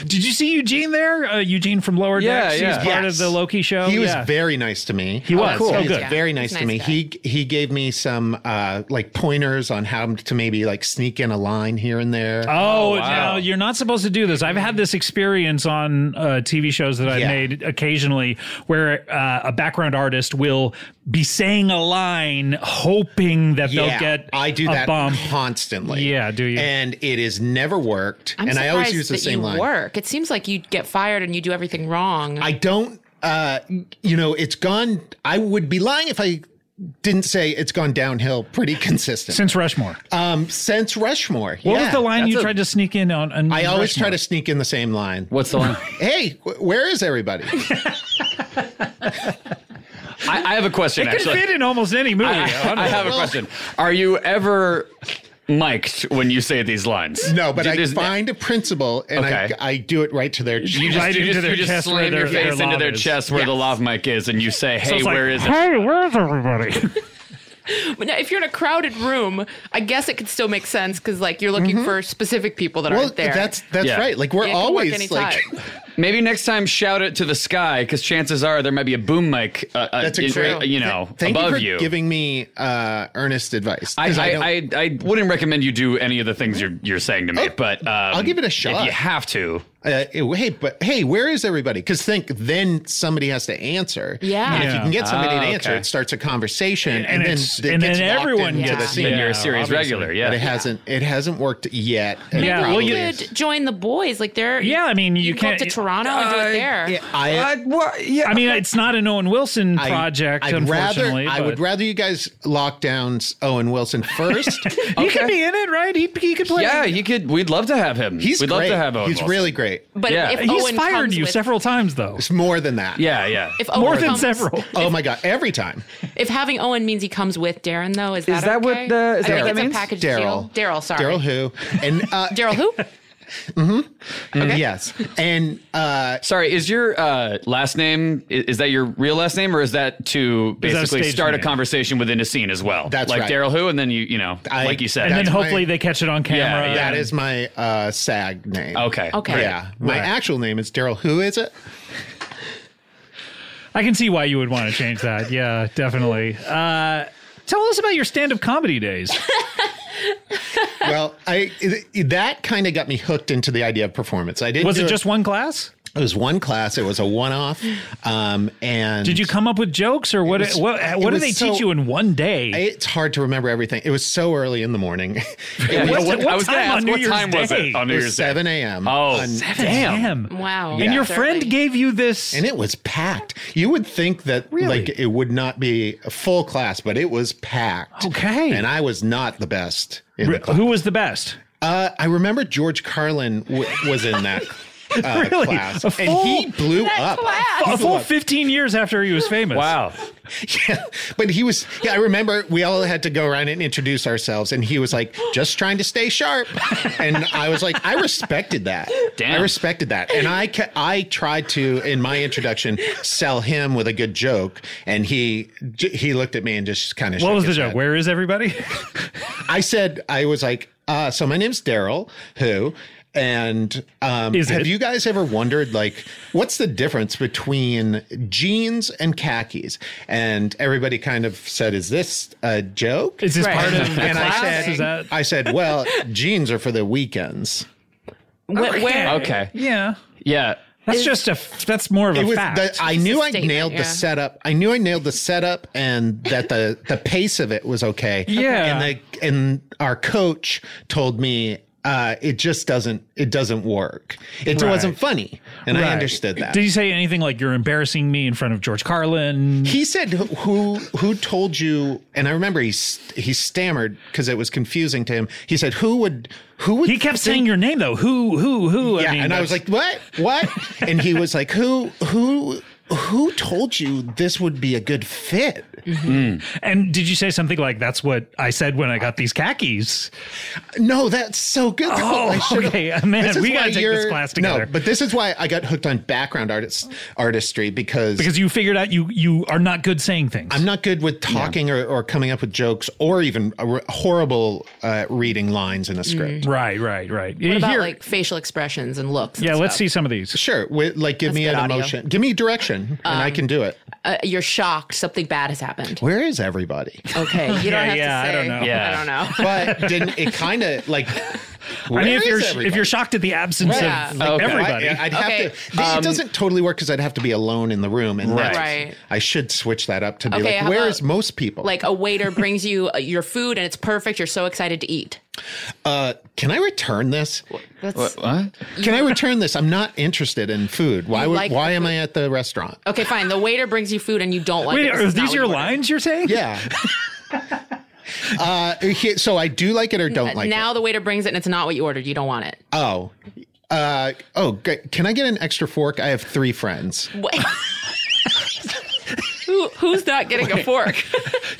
Did you see Eugene there? Uh, Eugene from Lower
Yeah,
Decks. He
yeah.
was part
Yes.
of the Loki show.
He was
yeah.
very nice to me.
He was.
cool.
Oh,
He was
good.
Yeah.
very
he's a
nice to
nice
me.
guy.
He he gave me some uh, like pointers on how to maybe like sneak in a line here and there.
Oh,
wow.
no, you're not supposed to do this. I've had this experience on uh, TV shows that I've
Yeah.
made occasionally where uh, a background artist will be saying a line hoping that
yeah,
they'll get
I do
a
that
bump.
constantly.
Yeah, do you?
And it has never worked.
I'm
and I always
surprised
use the
that
same
you
line.
work. It seems like you get fired and you do everything wrong.
I don't. Uh, you know, it's gone. I would be lying if I didn't say it's gone downhill pretty consistent
Since Rushmore.
um, since Rushmore.
what
yeah.
was the line
that's
you
a-
tried to sneak in on? on
I always
Rushmore?
try to sneak in the same line.
What's the line?
Hey, wh- where is everybody?
I, I have a question.
It could
actually,
fit in almost any movie.
I, I have a question. Are you ever mic'd when you say these lines?
No, but
Do-
I
does-
find a principle and
Okay.
I, I do it right to their.
You just,
Right
you
into
just,
their
you just
chest where
slam your
their- their
face into
lob
their
is.
chest where the lav mic is, and you say, "Hey,
It's like,
where is it?"
Hey, where's everybody?
But now, if you're in a crowded room, I guess it could still make sense because like you're looking for specific people that
well,
aren't there.
that's that's
Yeah.
right. Like
It
we're
could work
always
anytime.
like
Maybe next time, shout it to the sky because chances are there might be a boom mic. Uh, uh,
that's a
in-
great.
you know,
Th- thank
above
you for
you.
giving me uh, earnest advice.
I,
'Cause
I,
don't-
I, I wouldn't recommend you do any of the things you're you're saying to me,
Oh,
but um,
I'll give it a shot.
If you have to,
uh, it- hey, but hey, where is everybody? Because think then somebody has to answer.
Yeah.
And if you
Yeah.
can get somebody
Ah,
to answer,
okay.
it starts a conversation, and,
and
then
it's-
it
and
gets
then
locked
everyone
into
gets
the
it.
scene.
then you're
Yeah,
a series
obviously.
regular. Yeah,
But it hasn't it hasn't worked yet. and
Yeah,
it
well, you-
you
probably is.
could join the boys. Like they're
Yeah, I mean, you
can go up
can't-
to Toronto and do it there.
I, uh,
yeah.
I mean, it's not an Owen Wilson
I-
project,
I'd rather
unfortunately.
I would
but-
rather you guys lock down Owen Wilson first.
He could be in it, right? He, he could play.
yeah, you could. We'd love to have him.
He's
we'd
great.
love to have him.
He's really great.
But
Yeah.
if
He's
He's
Owen
fired
comes
you
with,
several times, though.
It's more than that.
Yeah, yeah.
if Owen
More than
comes-
several.
Oh my god, every time.
If having Owen means he comes with Darren, though, is that
that what
okay?
the- is
I
that
think
what
it's
that
a
means?
package deal.
Daryl.
Daryl, sorry,
Daryl who? And uh
Daryl who?
Yes. And uh,
Sorry, is your uh, last name i- is that your real last name, or is that to
that a
basically
stage
start
name?
a conversation within a scene as well?
That's
like
right.
Daryl Who, and then you you know,
I-
like you said,
and then
That's my-
hopefully they catch it on camera.
yeah.
that is my uh, SAG name.
okay,
Okay.
Yeah. My
Right.
actual name is Daryl. Who is it?
I can see why you would want to change that. Yeah, definitely. Uh, tell us about your stand-up comedy days.
well, I it- that kind of got me hooked into the idea of performance. I didn't.
Was
do
it just one class?
It was one class. It was a one-off. Um, and
Did you come up with jokes, or what?
was-
what
it
what did
was
they
so-
teach you in one day?
It's hard to remember everything. It was so early in the morning. It
What-
was,
what
I was gonna
time on
ask,
New
what
Year's
time was
Day?
it on New
it
Year's
was
Day?
seven a.m.
Oh,
on-
Damn.
Wow.
And your
That's
friend
early.
gave you this.
and it was packed. You would think that like it would not be a full class, but it was packed.
Okay.
and I was not the best in the class.
Who was the best?
Uh, I remember George Carlin w- was in that uh,
Really?
class,
A
and he
full-
blew up.
A full 15 years after he was famous.
Wow,
Yeah, but he was. Yeah, I remember we all had to go around and introduce ourselves, and he was like, "Just trying to stay sharp," and I was like, "I respected that.
Damn.
I respected that." And I, ca- I tried to in my introduction sell him with a good joke, and he, j- he looked at me and just kind of.
What was the joke? Where is everybody?
I said, I was like, uh, "So my name's Daryl. Who?" And um,
Is
have
it?
you guys ever wondered, like, what's the difference between jeans and khakis? And everybody kind of said, "Is this a joke?"
Is this
Right.
part of the
and
class?
I said,
is that,
I said, well, jeans are for the weekends.
Wh- Where?
okay,
yeah.
yeah,
That's just a. f- That's more of a
It was
fact.
the, I knew I
statement,
nailed
yeah.
the setup. I knew I nailed the setup and that the the pace of it was okay.
Yeah.
And the and our coach told me uh, it just doesn't it doesn't work. It
Right.
wasn't funny. And
Right.
I understood that.
Did you say anything like you're embarrassing me in front of George Carlin?
he said who who told you and i remember he st- he stammered because it was confusing to him he said who would who would
He kept saying your name though. Who? Who? Who?
yeah, and I was like, "What? What?" and he was like, "Who? Who? Who told you this would be a good fit?"
And did you say something like, "That's what I said when I got these khakis"?
No, that's so good.
Oh,
I should've-
okay. Man,
This is
we
why
gotta take this
you're-
class together.
No, but this is why I got hooked on background artists artistry because
Because you figured out you you are not good saying things.
I'm not good with talking or, or coming up with jokes or even a r- horrible uh, reading lines in a script.
right, right, right.
What about like facial expressions and looks? and
yeah, let's
stuff?
see some of these.
Sure, with, like give
That's
me
good
an
audio.
emotion, give me direction, and I can do it.
Uh, you're shocked. Something bad has happened.
Where is everybody?
Okay. You don't
Yeah,
have
yeah, I
to say.
don't know.
Yeah.
I don't know.
But didn't it kind of like?
I mean,
where
if
is
you're if
everybody?
you're shocked at the absence
Yeah.
of like,
Okay.
everybody, um,
I, would
Okay.
have to. it doesn't totally work because I'd have to be alone in the room, and that's-
Right.
I should switch that up to be
Okay,
like,
how
where
about,
is most people?
Like a waiter brings you uh, your food and it's perfect. You're so excited to eat.
uh, can I return this?
That's
what? what?
Can I return this? I'm not interested in food. Why?
You
would
like
why
the
am
food. Oh.
I at the restaurant?
okay. Fine. The waiter brings you food and you don't like.
wait,
it. This
are
is not
these
what
your
you ordered.
lines you're saying?
Yeah. uh, he- so I do like it or don't like
Uh, now
it.
the waiter brings it and it's not what you ordered. You don't want it.
Oh. Uh, oh, great. Can I get an extra fork? I have three friends.
Wait. Who, who's not getting a fork?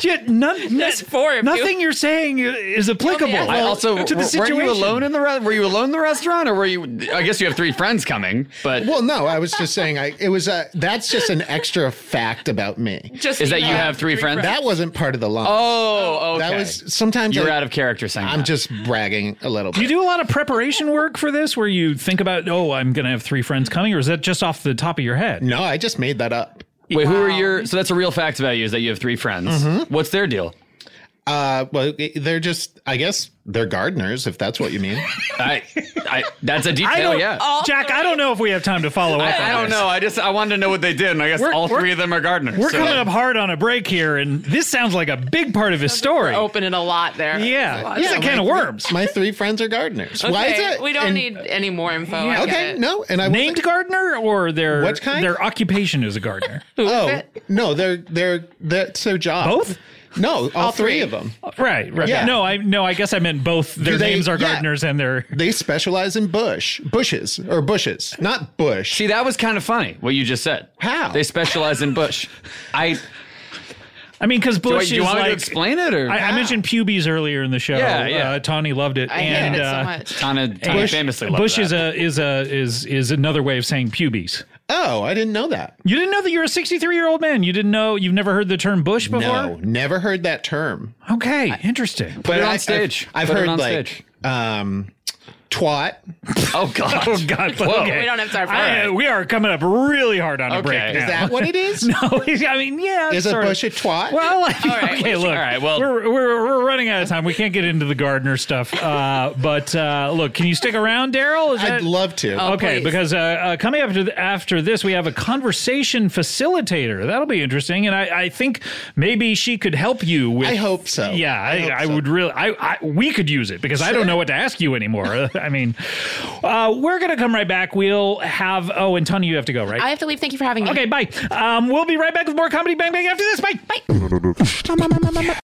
Yeah, none,
There's four of you.
nothing are saying is applicable.
Yeah, yeah.
I
Well,
also
to the
were- were
situation.
you alone in the re- were you alone in the restaurant, or were you? I guess you have three friends coming, but
Well, no, I was just saying. I it was a. That's just an extra fact about me.
Just
Is that you have three friends?
That wasn't part of the line.
oh, okay.
That was sometimes
you were
I-
out of character saying
I'm
that.
just bragging a little bit.
Do you do a lot of preparation work for this where you think about, oh, I'm going to have three friends coming, or is that just off the top of your head?
no, I just made that up.
Wait, who are your? So that's a real fact about you is that you have three friends.
Mm-hmm.
What's their deal?
Uh, well, they're just, I guess, they're gardeners, if that's what you mean.
I, I, that's a
I
detail.
don't,
Yeah.
Jack, I don't know if we have time to follow up.
I,
on
I don't
this.
know. I just I wanted to know what they did, and I guess
We're-
all
we're-
three of them are gardeners.
We're
so-
coming up hard on a break here, and this sounds like a big part of his story.
Opening a lot there.
Yeah, this is
Yeah,
a can of
my-
worms.
My three friends are gardeners. Why is
Okay,
it?
We don't
and-
need any more info. I get
Okay,
it.
no, and I
Named
wasn't-
gardener or their
What kind?
their occupation is a gardener.
Oh no, they're they're that's their job.
Both?
No, all, three.
three.
of them.
right, right.
Yeah.
No, I no, I guess I meant both. Their
they-
names are
yeah.
gardeners, and their
They specialize in bush, bushes or bushes, not bush.
See, that was kind of funny what you just said.
How?
they specialize in bush. I
I mean, because
Do, I,
Bush
do you
is
want
like.
me to explain it or?
I, I mentioned pubes earlier in the show.
Yeah, yeah.
Uh, Tawny loved it.
I
and,
hated it
uh,
so much.
Tana, Tana
Bush-
famously loved
Bush
that.
is a is a is is another way of saying pubes.
Oh, I didn't know that.
You didn't know that you're a 63 year old man. You didn't know you've never heard the term Bush before.
No, never heard that term.
Okay, interesting.
But
it on
I've-
stage.
I've,
Put it
heard
on
like
stage.
um, twat.
oh God, oh
God, okay.
We don't have time for
I-
that.
uh, we are coming up really hard on a
Okay.
break.
Is
now.
Is that what it is?
no, I mean, yeah.
Is a
sort of.
bush a twat?
Well, I mean,
All right,
okay,
we should-
look,
all right, well-
we're, we're, we're running out of time. We can't get into the gardener stuff. Uh, but uh, look, can you stick around, Daryl? Is
I'd
that-
love to.
Oh,
okay,
please.
because uh, uh, coming up to the, after this, we have a conversation facilitator. That'll be interesting, and I, I think maybe she could help you with.
I hope so.
Yeah, I,
hope
I,
so.
would really. I, I we could use it because I don't know what to ask you anymore. I mean, uh, we're gonna come right back. We'll have. Oh, and Tony, you have to go, right?
I have to leave. Thank you for having me.
okay, bye. Um, we'll be right back with more comedy bang bang after this. Bye. Bye.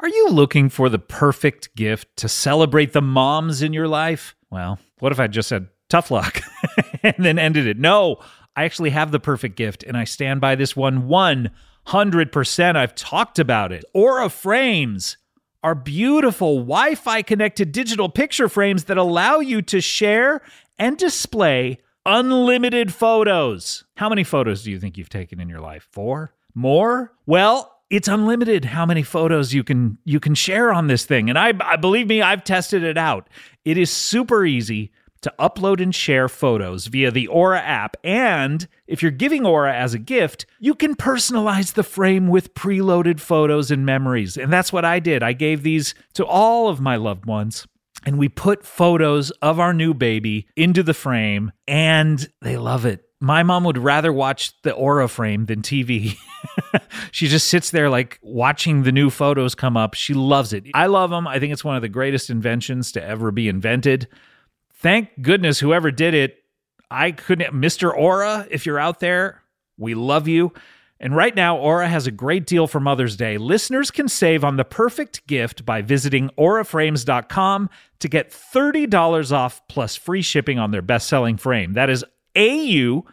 Are you looking for the perfect gift to celebrate the moms in your life? Well, what if I just said tough luck and then ended it? No, I actually have the perfect gift and I stand by this one 100%. I've talked about it. Aura Frames are beautiful Wi Fi connected digital picture frames that allow you to share and display unlimited photos. How many photos do you think you've taken in your life? Four? More? Well, it's unlimited how many photos you can you can share on this thing and I, I believe me I've tested it out. It is super easy to upload and share photos via the Aura app. And if you're giving Aura as a gift, you can personalize the frame with preloaded photos and memories. And that's what I did. I gave these to all of my loved ones. And we put photos of our new baby into the frame, and they love it. My mom would rather watch the Aura frame than TV. she just sits there, like watching the new photos come up. She loves it. I love them. I think it's one of the greatest inventions to ever be invented thank goodness whoever did it. I couldn't, Mr. Aura, if you're out there, we love you. And right now, Aura has a great deal for Mother's Day. Listeners can save on the perfect gift by visiting auraframes.com to get $30 off plus free shipping on their best selling frame. That is AU.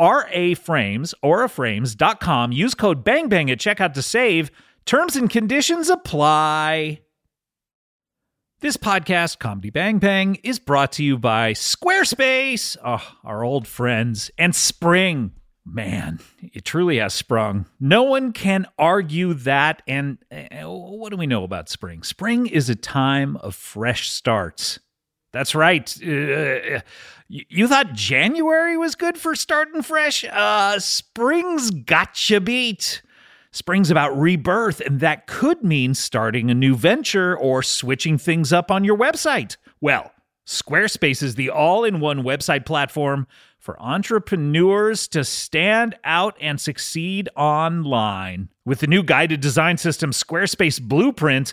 RA Frames, auraframes.com. Use code BANGBANG at checkout to save. Terms and conditions apply. This podcast, Comedy Bang Bang, is brought to you by Squarespace, oh, our old friends, and Spring. Man, it truly has sprung. No one can argue that. And eh, what do we know about spring? Spring is a time of fresh starts. That's right. Uh, you you thought January was good for starting fresh? Uh, spring's gotcha beat. Spring's about rebirth, and that could mean starting a new venture or switching things up on your website. Well, Squarespace is the all in one website platform for entrepreneurs to stand out and succeed online. With the new guided design system, Squarespace Blueprint,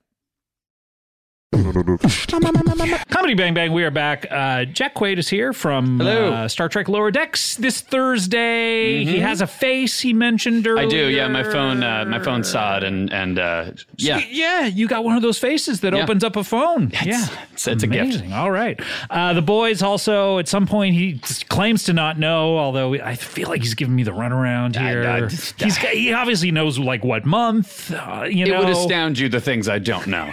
Comedy Bang Bang, we are back. Uh, Jack Quaid is here from uh, Star Trek Lower Decks this Thursday. He has a face he mentioned earlier.
Mm-hmm. I do. Yeah, my phone, uh, my phone saw it, and and uh, yeah,
Y- Yeah, you got one of those faces that
Yeah.
opens up a phone. yeah.
it's, it's a gift.
Amazing. All right. Uh, the boys also, at some point, he s- claims to not know, although I feel like he's giving me the runaround here.
I-
he's, got- he obviously knows, like, what month, uh, you
It
know.
would astound you the things I don't know.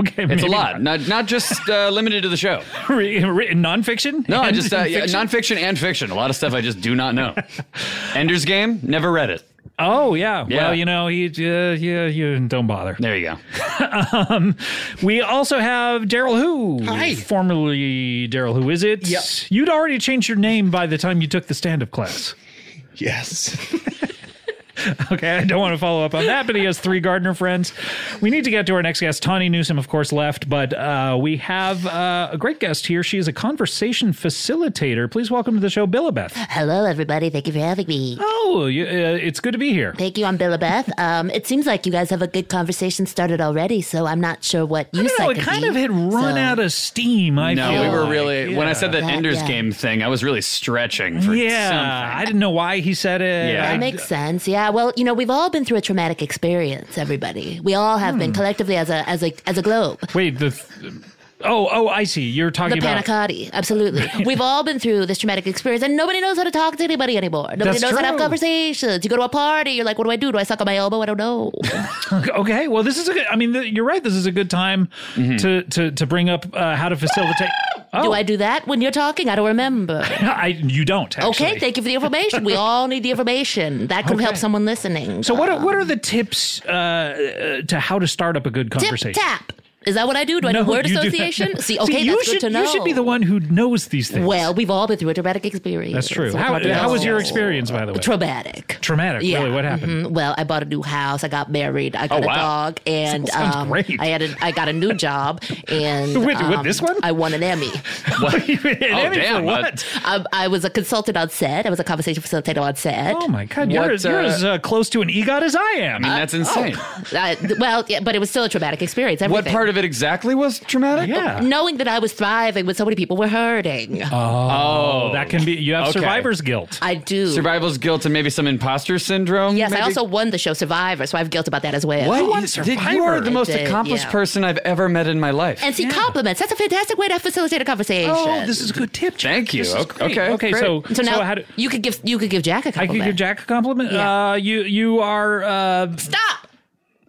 Okay, maybe
It's a lot, not not just uh, limited to the show.
Written nonfiction?
No, I
And-
just uh,
and
yeah,
fiction?
nonfiction and fiction. A lot of stuff I just do not know. Ender's Game, never read it.
Oh, yeah.
Yeah.
Well, you know, he, uh, yeah, you don't bother.
There you go.
Um, we also have Daryl Who.
Hi.
Formerly Daryl Who Is It.
Yep.
You'd already changed your name by the time you took the stand up class.
Yes.
Okay, I don't want to follow up on that, but he has three gardener friends. We need to get to our next guest. Tawny Newsom, of course, left, but uh, we have uh, a great guest here. She is a conversation facilitator. Please welcome to the show, Billabeth.
Hello, everybody. Thank you for having me.
Oh, you, uh, it's good to be here.
Thank you. I'm Billabeth. Um, it seems like you guys have a good conversation started already, so I'm not sure what you
You
said.
know, it
could
kind
be.
of had run
So-
out of steam. I
No,
feel
we were
like.
really when I said that
Yeah,
Ender's
yeah.
Game thing, I was really stretching for
Yeah,
something.
I didn't know why he said it.
Yeah.
I-
That makes sense. Yeah. Well, you know, we've all been through a traumatic experience. Everybody, we all have
Hmm.
been collectively as a as a as a globe.
Wait, the. Th- oh, oh, I see. You're
The
talking about.
panicotti, absolutely. We've all been through this traumatic experience, and nobody knows how to talk to anybody anymore. Nobody
That's
knows how to have
true.
conversations. You go to a party, you're like, "What do I do? Do I suck on my elbow? I don't know."
Okay, well, this is a good. I mean, th- you're right. This is a good time
Mm-hmm.
to to to bring up uh, how to facilitate. Oh,
Do I do that when you're talking? I don't remember.
I, you don't. Actually.
Okay, thank you for the information. We all need the information. That could help someone listening.
So what are, what are the tips uh, uh, to how to start up a good
Tip
conversation?
tap. Is that what I do? Do I do word
you do-
association? See, okay,
you
that's
should,
good to know.
You should be the one who knows these things.
Well, we've all been through a traumatic experience.
that's true.
We
How,
probably
how was
all-
your experience, by the way?
Traumatic.
Traumatic.
Yeah.
Really, what happened?
Mm, Well, I bought a new house. I got married. I got
Oh, wow.
a dog, and
Sounds
um,
great.
I had a, I got a new job, and
Wait, what,
um,
this one?
I won an Emmy.
oh,
damn,
What?
what-
I, I was a consultant on set. I was a conversation facilitator on set.
Oh my God!
What,
You're, as- you're
uh,
as uh, close to an EGOT as I am.
I oh. mean, that's insane.
I- well, yeah, but it was still a traumatic experience. Everything.
What part of it exactly was traumatic?
yeah.
knowing that I was thriving when so many people were hurting.
Oh, that can be. You have
Okay.
survivor's guilt.
I do.
Survival's guilt and maybe some imposter syndrome.
yes,
maybe?
I also won the show Survivor, so I have guilt about that as well.
What?
won
is-
Survivor?
Did, you are the
I
most
did,
accomplished
yeah.
person I've ever met in my life.
And see, compliments. That's a fantastic way to facilitate a conversation.
Oh, this is a good tip. Jack.
Thank you.
This is
Ok-
great.
okay,
Okay.
great.
So,
so now
how do,
you could give you could give Jack a
I
compliment.
could give Jack a compliment.
Yeah.
Uh, you you are. Uh,
Stop.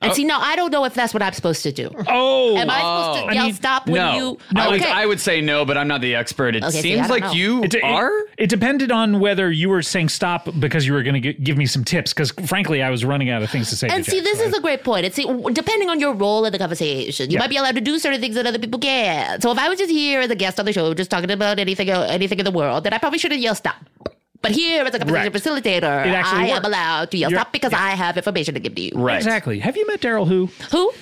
And see, now I don't know if that's what I'm supposed to do.
oh,
Am I supposed
I
to yell
mean,
stop when
no,
you?
I, would,
okay.
I would say no, but I'm not the expert. It
Okay, see, I
seems
don't
like
know.
you
It- it-
are.
It, depended on whether you were saying stop because you were going to give me some tips. Because frankly, I was running out of things to say.
and
to
see,
Jack,
this
so
is a great point. It's see, w- depending on your role in the conversation, you
Yeah.
might be allowed to do certain things that other people can't. So if I was just here as a guest on the show, just talking about anything, anything in the world, then I probably shouldn't yell stop. But here, as a conversation
Correct.
facilitator,
It actually
I am
works.
allowed to yell
You're-
stop because I have information to give to you.
Right.
exactly. Have you met Daryl? Who?
Who?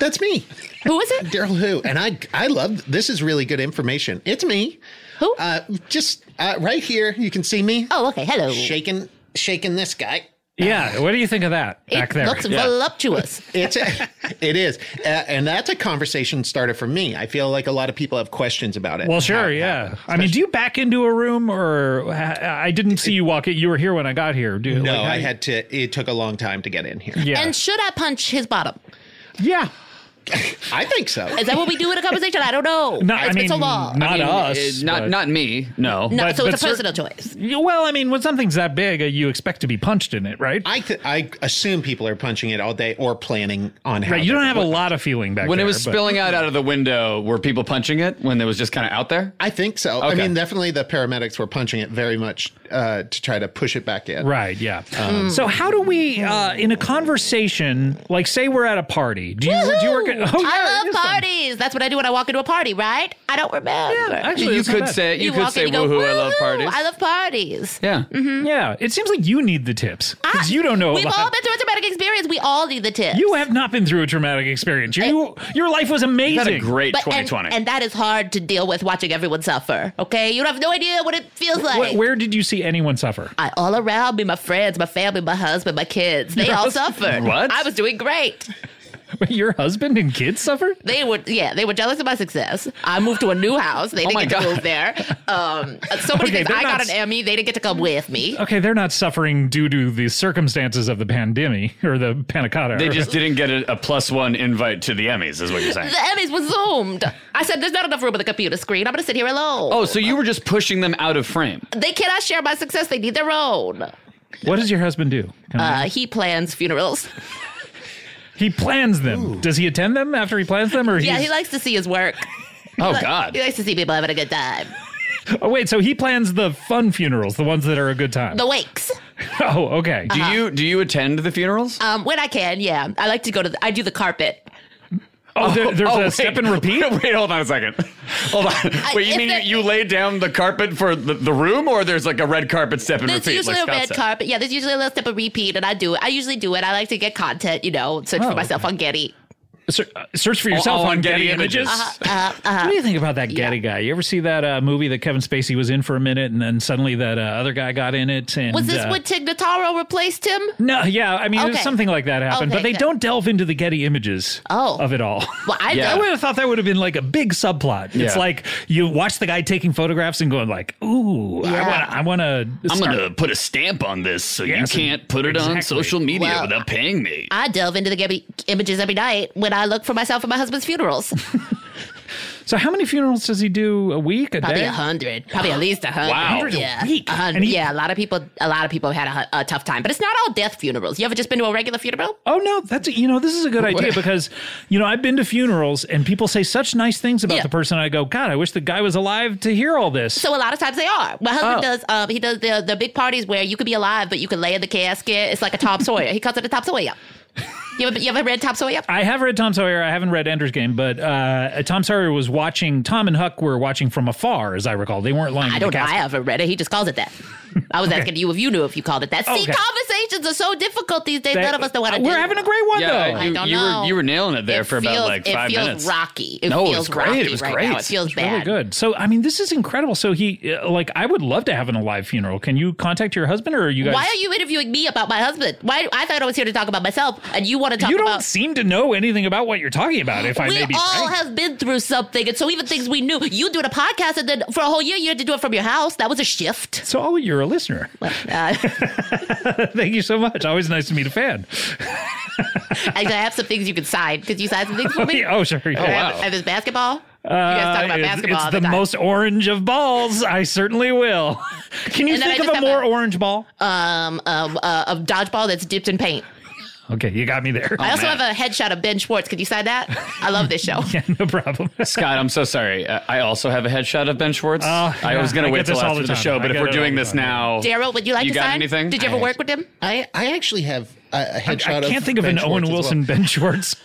That's me.
Who is it?
Daryl Who. And I I love this is really good information. It's me.
Who?
Uh, just uh, right here. You can see me
oh, okay. Hello.
shaking shaking this guy.
Yeah. What do you think of that
it
back there?
looks voluptuous.
It's a, it is, uh, and that's a conversation starter for me. I feel like a lot of people have questions about it. Uh,
well, sure, yeah. I mean, do you back into a room, or I I didn't see you walk in? You were here when I got here. Do
no,
like, how
I
you-
had to. It took a long time to get in here.
Yeah.
And should I punch his bottom?
yeah.
I think so.
Is that what we do in a conversation? I don't know.
No,
It's
I
been
mean,
so long.
not us.
Uh, not
but-
not me. No.
no,
but-
so
but
it's a
cer-
personal choice.
Yeah, Well, I mean, when something's that big, uh, you expect to be punched in it, right?
I th- I assume people are punching it all day or planning on how.
right. You don't
they're-
have a lot of feeling back
When it
there,
was
but-
spilling out out of the window, were people punching it when it was just kind of out there?
I think so. I
Okay.
mean, definitely the paramedics were punching it very much uh, to try to push it back in.
Right, yeah.
Um,
so how do we, uh, in a conversation, like say we're at a party? Do you do you work?
Woo!
At, oh, yeah,
I
it is
love
fun.
parties. That's what I do when I walk into a party, right? I don't remember.
Actually,
You
it's not
could
bad.
say you, could
walk
say
in, you go,
woohoo, I love
"Woohoo!
parties.
I love Mm-hmm. parties.
yeah.
Yeah, it seems like you need the tips because
I-
you don't know. a
We've
lot.
all been through a traumatic experience. We all need the tips.
You have not been through a traumatic experience. You, your life was
You had
amazing.
a great
But- and,
2020.
and that is hard to deal with watching everyone suffer. Okay, you have no idea what it feels like.
Wh- where did you see anyone suffer?
I, all around me, my friends, my family, my husband, my kids, they all suffered.
What?
I was doing great.
Your husband and kids suffered?
They were, yeah, they were jealous of my success. I moved to a new house. They didn't
my
get to
God.
move there. Um, so many
Oh Okay,
things.
they're
I
not
got
s-
an Emmy. They didn't get to come with me.
Okay, they're not suffering due to the circumstances of the pandemic or the panicotta.
they just didn't get a, a plus one invite to the Emmys, is what you're saying.
The Emmys were zoomed. I said, "There's not enough room on the computer screen. I'm gonna sit here alone."
Oh, so you were just pushing them out of frame.
They cannot share my success. They need their own.
what does your husband do? Can I-
Uh, he plans funerals.
he plans them. Does he attend them after he plans them, or
Yeah,
he's-
he likes to see his work.
Oh
He
God.
likes to see people having a good time.
Oh wait, so he plans the fun funerals, the ones that are a good time.
The Uh-huh. wakes.
oh, okay.
Do you do you attend the funerals?
Um, when I can, yeah. I like to go to. The, I do the carpet.
oh, there- there's
Oh,
a
wait.
step and repeat.
Wait, hold on a second. Hold on. Wait, you
if
mean
there-
you, you lay down the carpet for the, the room, or there's like a red carpet step and
There's
repeat?
usually
like
a
Scott
red
said?
carpet. Yeah, there's usually a little step of repeat, and I do it. I usually do it. I like to get content, you know, search
Oh,
for myself on Getty.
Ser- uh, search for yourself
Oh,
on, Getty, Images.
Uh-huh,
What do you think about that Getty guy? You ever see that uh, movie that Kevin Spacey was in for a minute, and then suddenly that uh, other guy got in it? And
Was this
uh,
when Tignataro replaced him?
No, yeah, I mean, there's
Okay.
something like that happened,
Okay,
but they
good.
don't delve into the Getty images
Oh.
of it all.
Well, I
Yeah.
I would
don't.
have thought that would have been like a big subplot. It's
Yeah.
like you watch the guy taking photographs and going like, "Ooh,
Yeah.
I want to, I want to."
I'm gonna put a stamp on this, so you
Yes,
can't put it on
exactly.
social media
Well,
without paying me.
I delve into the Getty images every night when I look for myself at my husband's funerals.
So, how many funerals does he do a week, a
Probably
day?
a hundred. Probably at least a hundred.
Wow. 100
a
Yeah.
week.
A hundred.
And he-
yeah. A lot of people. A lot of people have had a, hu- a tough time, but it's not all death funerals. You ever just been to a regular funeral?
Oh no, that's you know this is a good idea because you know I've been to funerals and people say such nice things about
Yeah.
the person. I go, God, I wish the guy was alive to hear all this.
So a lot of times they are. My husband
Oh.
does. Um, he does the the big parties where you could be alive, but you could lay in the casket. It's like a Tom Sawyer. He calls it a Tom Sawyer. You ever, you ever read Tom Sawyer?
I have read Tom Sawyer. I haven't read Ender's Game, but uh, Tom Sawyer was watching. Tom and Huck were watching from afar, as I recall. They weren't lying.
I
to
don't
the
know. I
cast.
haven't read it. He just calls it that. I was asking you if you knew if you called it that. See,
Okay.
conversations are so difficult these days.
That-
None of us know what to do.
We're having a great one though.
you,
I don't
you
know.
were you were nailing it there
It
for about
feels-
like five
It feels
minutes.
rocky. It
No, it
feels
was great.
rocky
It was
right
great.
now. It feels bad.
Really good. So, I mean, this is incredible. So he, uh, like, I would love to have an alive funeral. Can you contact your husband, or are you guys?
Why are you interviewing me about my husband? Why I thought I was here to talk about myself, and you want to talk
You don't
about
seem to know anything about what you're talking about. If I
we
may be
all
frank.
have been through something, and so even things we knew. You doing a podcast, and then for a whole year you had to do it from your house. That was a shift.
so, oh, you're a listener.
Well, uh,
Thank you so much. Always nice to meet a fan.
I have some things you can sign. Could you sign some things for me?
oh, sure.
I
Yeah.
have, I have this basketball. you guys Oh, talk
Uh,
about
it's-
basketball.
It's
all
the,
the, time.
most orange of balls. I certainly will. Can you
And then I
think of
just
a
have
more
a-
orange ball?
um, um, uh, of dodgeball that's dipped in paint.
okay, you got me there. Oh,
I also
man.
have a headshot of Ben Schwartz. Could you sign that? I love this show.
yeah, no problem.
Scott, I'm so sorry. Uh, I also have a headshot of Ben Schwartz.
Oh,
I was
yeah,
going
I
to
get
wait till
this all
after
the
the
time.
show,
I
but if
get
we're
it
doing
all
this
the time.
now,
Daryl, would you like
You
to
got
sign?
anything?
Did you ever
I-
work with him?
I, I actually have a, a headshot.
I
of
can't think of an
Ben Schwartz
Owen
as well.
Wilson Ben Schwartz.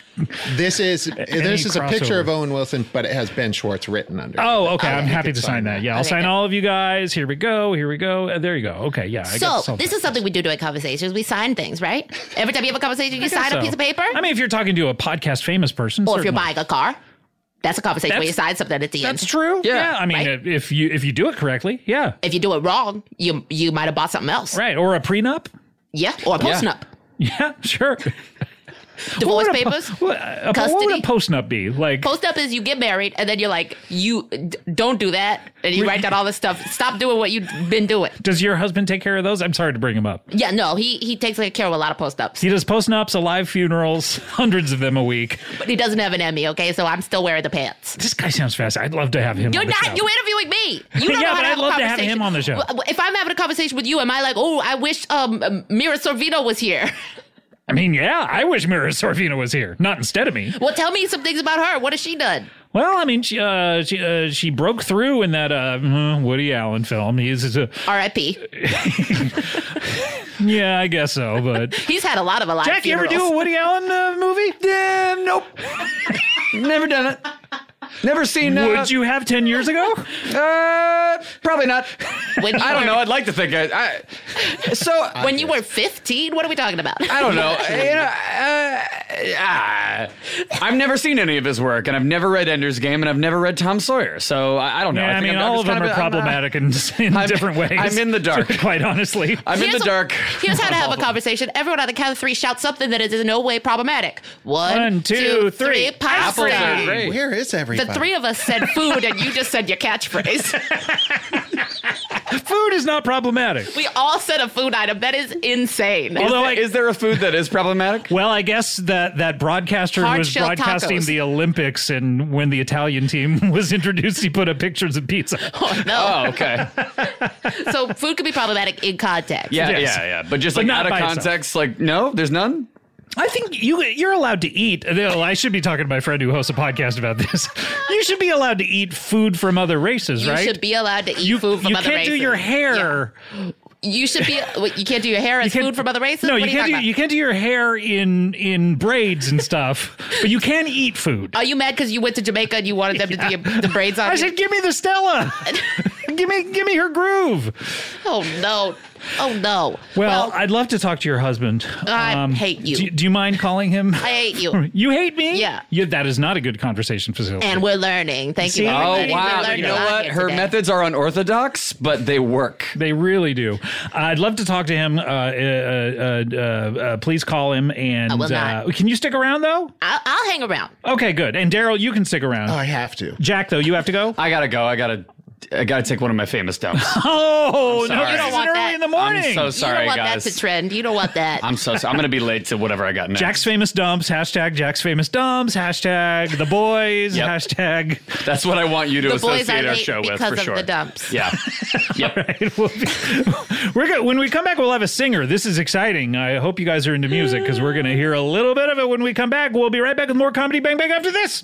This is this is a picture
crossover.
of Owen Wilson, but it has Ben Schwartz written under. it.
Oh, okay. I'm
you
happy
could
to sign
sign
that.
that.
Yeah, I'll
Okay,
sign
good.
all of you guys. Here we go. Here we go. Uh, there you go. Okay. Yeah. I got
So this is something we do during conversations. We sign things, right? Every time you have a conversation, you sign a piece of paper.
I mean, if you're talking to a podcast famous person,
or if you're
certainly.
buying a car, that's a conversation where you
That's-
sign something at the
that's
end.
true. Yeah. I mean,
Right?
if you if you do it correctly, yeah.
If you do it wrong, you you might have bought something else.
Right. Or a prenup.
Yeah, or a post nup,
Yeah. Sure.
divorce
What would a po-
papers.
What, a, po- what would
Custody?
a post nup be like?
Post up is you get married and then you're like, you d- don't do that. And you write down all this stuff. Stop doing what you've been doing.
Does your husband take care of those? I'm sorry to bring him up.
Yeah, no, he he takes like, care of a lot of post ups.
He does post nups, alive funerals, hundreds of them a week.
But he doesn't have an Emmy, okay? So I'm still wearing the pants.
This guy sounds fast. I'd love to have him.
You're
on the
not.
show.
You're interviewing me. You don't
Yeah,
know how
but
to
I'd
have a
love to have
conversation.
him on the show.
W- If I'm having a conversation with you, am I like, oh, I wish um, Mira Sorvino was here?
I mean, yeah, I wish Mira Sorvino was here, not instead of me.
Well, tell me some things about her. What has she done?
Well, I mean, she uh, she, uh, she broke through in that uh, Woody Allen film. He's, uh, he's a,
R.I.P.
yeah, I guess so. But
He's had a lot of alive
Jack, you ever
funerals.
do a Woody Allen uh, movie?
Eh, nope. Never done it. Never seen. Uh,
Would you have ten years ago?
Uh, probably not.
When you
I don't
were-
know. I'd like to think I. I so
When you were 15? What are we talking about?
I don't know. You know, uh, ah. I've never seen any of his work, and I've never read Ender's Game, and I've never read Tom Sawyer. So I, I don't know.
yeah, I,
think
mean,
I'm- I'm
all of
just
them
kind
are
of- I'm, uh,
problematic in, in
I'm-
different ways.
I'm in the dark.
quite honestly.
I'm in
Here's
the
a-
dark.
Here's how to have a conversation. Everyone on the count of three shout something that is in no way problematic. One,
One, two,
two,
three.
three.
Apples
Pasta.
are great.
Where is
The
everybody?
three of us said food, and you just said your catchphrase.
Food is not problematic.
we all said a food item. That is insane.
Although I,
Is there a food that is problematic?
well, I guess that that broadcaster who
Hard
was
shell
broadcasting
tacos.
the Olympics, and when the Italian team was introduced, he put up pictures of pizza.
Oh, no.
Oh, okay.
So food could be problematic in context.
Yeah,
Yes.
yeah, yeah. But just
But
like
not
out
by
of
itself.
context, like no, there's none.
I think you you're allowed to eat. Uh, well, I should be talking to my friend who hosts a podcast about this. You should be allowed to eat food from other races,
You
right?
should be allowed to eat
you,
food from
you
other
can't
races.
do your
Yeah.
hair.
You should be. Wait, you can't do your hair as
can't-
food from other races.
No,
What
you
are
can't
talking
do
about?
you can't do your hair in in braids and stuff, but you can eat food.
Are you mad because you went to Jamaica and you wanted them to do your, the braids on?
I
you?
said, give me the Stella. give me give me her groove.
oh no, oh no.
Well, I'd love to talk to your husband.
I hate you.
Do, do you mind calling him?
I hate you.
you hate me?
Yeah.
You, that is not a good conversation facility.
And we're learning. Thank
See?
you.
Oh,
Oh
everybody. We're
wow!
learning
You
a
know
lot
what?
here
Her
today.
methods are unorthodox, but they work.
They really do. I'd love to talk to him. Uh, uh, uh, uh, uh, please call him. And
I will not.
Uh, can you stick around though?
I'll, I'll hang around.
Okay, good. And Daryl, you can stick around.
Oh, I have to.
Jack, though, you have to go.
I gotta go. I gotta. I gotta take one of my famous dumps.
Oh
I'm
no!
sorry.
This
You don't
is
want
early
that.
in the morning.
I'm so
you don't
sorry,
want
guys.
that to trend. You don't want that.
I'm so sorry. I'm gonna be late to whatever I got next.
Jack's famous dumps. Hashtag Jack's famous dumps. Hashtag the boys.
Yep.
Hashtag.
That's what I want you to
The boys
associate
I
our
hate
show with
because
for
of
sure.
the dumps.
Yeah. yep.
We'll be, we're go- when we come back, we'll have a singer. This is exciting. I hope you guys are into music because we're going to hear a little bit of it when we come back. We'll be right back with more comedy bang bang after this.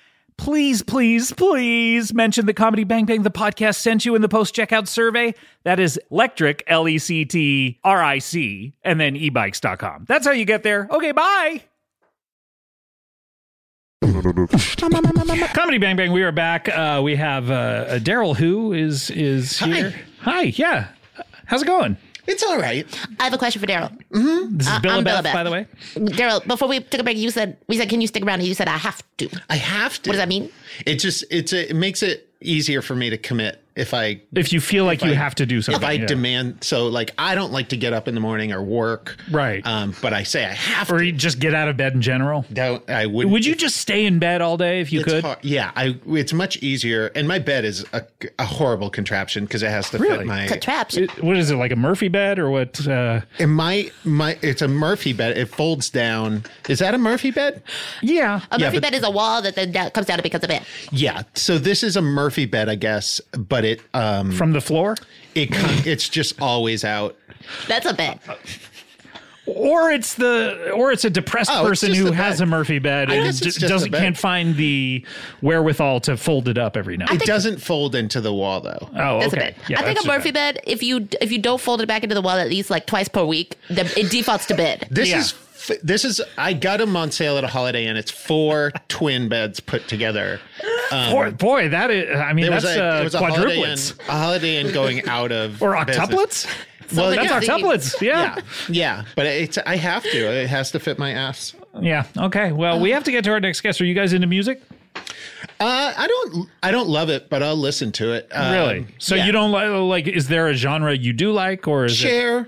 Please, please, please mention the Comedy Bang Bang the podcast sent you in the post checkout survey. That is electric, L E C T R I C, and then e ebikes.com. That's how you get there. Okay, bye.
Comedy Bang Bang, we are back. Uh, we have uh, uh, Daryl, who is is here. Hi, yeah. How's it going?
It's all right.
I have a question for Daryl.
This is
Uh,
Bill
I'm
Beth,
Billabeth.
by the way.
Daryl, before we took a break, you said we said, "Can you stick around?" And you said, "I have to."
I have to.
What does that mean?
It just it's a, it makes it easier for me to commit if I
If you feel like you
I-
have to do something,
if I
yeah.
demand. So like I don't like to get up in the morning or work.
Right.
Um, but I say I have
or
to.
you just get out of bed in general.
Don't, I would.
Would you just stay in bed all day if you
It's
could?
hard. Yeah, I. It's much easier, and my bed is a, a horrible contraption because it has to
Really?
fit my
Traps.
It- what is it like a Murphy bed or what? Uh,
And my my it's a Murphy bed. It folds down. Is that a Murphy bed?
yeah,
A Murphy
but-
bed is a wall that then down, comes down because of it.
Yeah. So this is a Murphy bed, I guess, but it um
Mm-hmm. from the floor,
it con- it's just always out.
That's a bed.
or it's the or it's a depressed
Oh, it's
person
just
who
a
has
bed.
a Murphy bed
I
and
guess it's
d-
just a
doesn't
bed.
can't find the wherewithal to fold it up every now.
It doesn't fold into the wall though.
oh,
That's
okay.
a bed. I think
that's
a Murphy bed. If you if you don't fold it back into the wall at least like twice per week, then it defaults to bed.
This
Yeah.
is f- this is I got them on sale at a Holiday Inn. It's four twin beds put together.
Boy,
Um,
boy, that is. I mean,
There
that's
was a, there was
uh,
a Holiday Inn,
quadruplets
a Holiday Inn going out of
or
business.
octuplets.
well,
That's octuplets. Yeah.
Yeah, yeah, but it's I have to. It has to fit my ass.
yeah, Okay. Well, we have to get to our next guest. Are you guys into music?
Uh, I don't I don't love it, but I'll listen to it. Um,
Really? So
yeah.
you don't li- like? Is there a genre you do like, or is it?
share.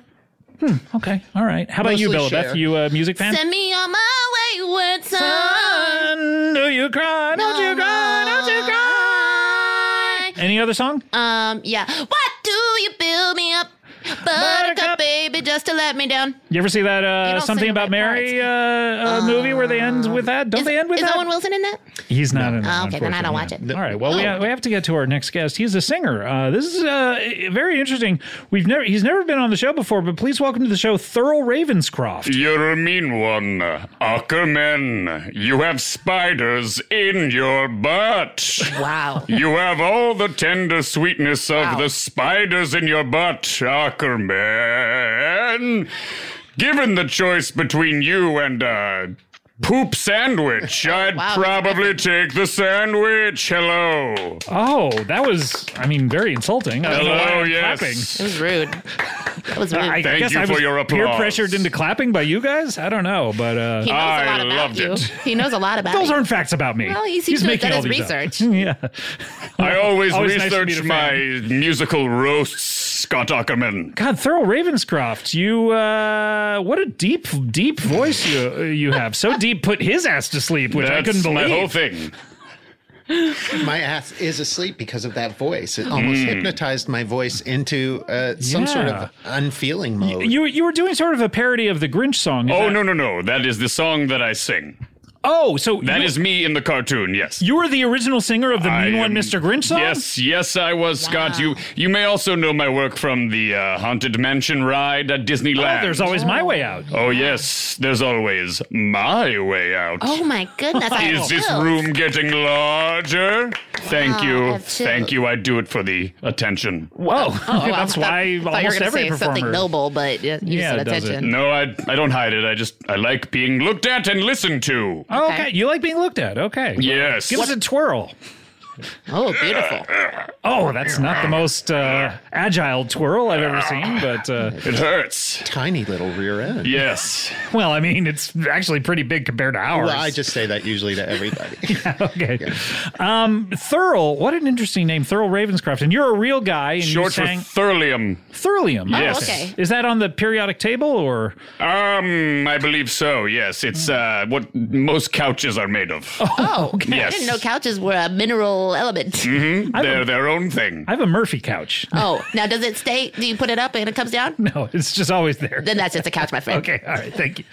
Okay. All right. How about you, Bella
Mostly
Beth?
Cher.
You a music fan?
Send me on my wayward son.
Do you cry? Don't you cry? Don't you cry? Any other song?
Um, yeah. What do you build me up? Buttercup,
Buttercup.
baby, just to let me down.
You ever see that uh,
don't
something
sing
about
about
Mary uh, uh, movie where they end with that? Don't
Is,
they end with
is
that?
Owen Wilson in that?
He's not in. that,
Oh, okay, then I don't watch it. Oh.
unfortunately. All right. Well, we, ha- we have to get to our next guest. He's a singer. Uh, this is uh, very interesting. We've never he's never been on the show before, but please welcome to the show Thurl Ravenscroft.
You're a mean one, Ackerman. You have spiders in your butt.
Wow.
You have all the tender sweetness of
Wow.
the spiders in your butt, Ackerman. Given the choice between you and a poop sandwich,
Oh,
I'd
wow, that's
probably take the sandwich. Hello.
Oh, that was I mean very insulting. I don't know why
Hello,
I'm
yes.
clapping.
It was rude. That was rude.
I
Thank
guess
you
I
for
was
your
peer
applause.
pressured into clapping by you guys. I don't know, but uh,
he knows a
I
lot about
loved
you.
it.
He knows a lot about
those
you.
aren't facts about me.
Well, he seems
he's
to have
making
done
all
his
these up.
research.
yeah.
I always,
Always nice to
research
meet a
my
fan.
musical roasts, Scott Ackerman.
God, Thurl Ravenscroft, you uh, what a deep, deep voice you you have. So deep, put his ass to sleep, which I
That's
couldn't
my whole
believe.
thing.
My ass is asleep because of that voice. It almost
Hmm.
hypnotized my voice into uh, some sort
Yeah.
of unfeeling mode.
You you were doing sort of a parody of the Grinch song. is
Oh
that-
no no no! That is the song that I sing.
Oh, so
That
you,
is me in the cartoon. Yes.
you were the original singer of the
I
Mean One,
am-
Mr. Grinch song.
Yes, yes, I was Scott. You you may also know my work from the uh, haunted mansion ride at Disneyland.
Oh, there's always my way out.
Oh, yes, there's always my way out.
Oh my goodness! I
Is this
will.
room getting larger? Thank
I
you,
have two.
thank you. I do it for the attention.
Whoa,
Oh, I
that's
thought-
why
I thought you were
almost
gonna
every
say
performer.
something noble, but you you
Yeah,
said
it does it.
attention.
No, I I don't hide it. I just I like being looked at and listened to.
Oh, okay.
Okay.
you like being looked at. Okay,
Yes.
Give us a twirl.
Oh, beautiful!
Oh, that's not the most uh, agile twirl I've ever seen, but uh,
It hurts.
Tiny little rear end.
Yes.
well, I mean, it's actually pretty big compared to ours.
Well, I just say that usually to everybody.
okay. Um, Thurl, what an interesting name, Thurl Ravenscroft. And you're a real guy, and
Short
you
for
sang
Thurlium.
Thurlium.
Yes.
Oh, okay.
Is that on the periodic table or?
Um, I believe so. Yes, it's uh, what most couches are made of.
Oh,
Yes.
I didn't know couches were a mineral cultural element.
They're their own thing.
I have a Murphy couch.
Oh, now does it stay? Do you put it up and it comes down?
No, it's just always there.
Then that's just a couch, my friend.
Okay, all right, thank you.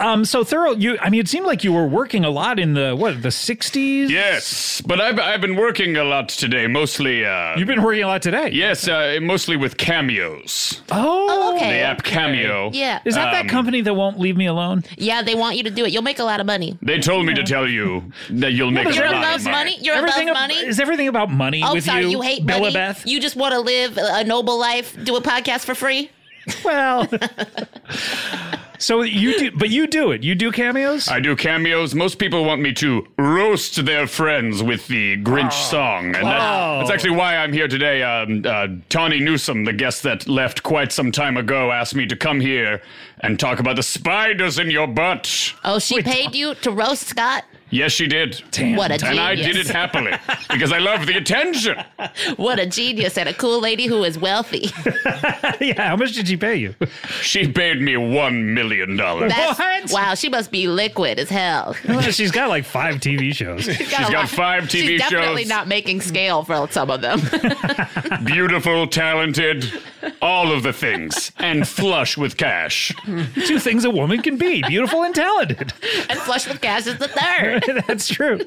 Um, so thorough. You, I mean, it seemed like you were working a lot in the what the sixties.
Yes, but I've I've been working a lot today, mostly. Uh,
you've been working a lot today.
yes, uh, mostly with cameos.
Oh,
Oh, okay.
The app Cameo.
Yeah.
is that
Um,
that company that won't leave me alone?
Yeah, they want you to do it. You'll make a lot of money.
They told me to tell you that you'll make a
You're
lot
in
of
love's money. You're in love's
ab-
money.
is everything about money
Oh,
with
sorry, you,
you?
hate
Bella
money.
Beth.
You just want to live a noble life, do a podcast for free.
well, so you do, but you do it. You do cameos.
I do cameos. Most people want me to roast their friends with the Grinch
Oh.
song. And that, that's actually why I'm here today. Um, uh, Tawny Newsom, the guest that left quite some time ago, asked me to come here and talk about the spiders in your butt.
Oh, she
uh,
paid you to roast Scott?
Yes, she did.
What a
And I
genius.
did it happily because I love the attention.
What a genius and a cool lady who is wealthy.
yeah. How much did she pay you?
She paid me $1 million.
That's,
What?
Wow, she must be liquid as hell.
She's got like five TV shows.
a
She's got
lot-
five TV
She's definitely
shows.
not making scale for some of them.
Beautiful, talented, all of the things, and flush with cash.
Two things a woman can be: beautiful and talented.
and Flush with Cash is the third.
That's true.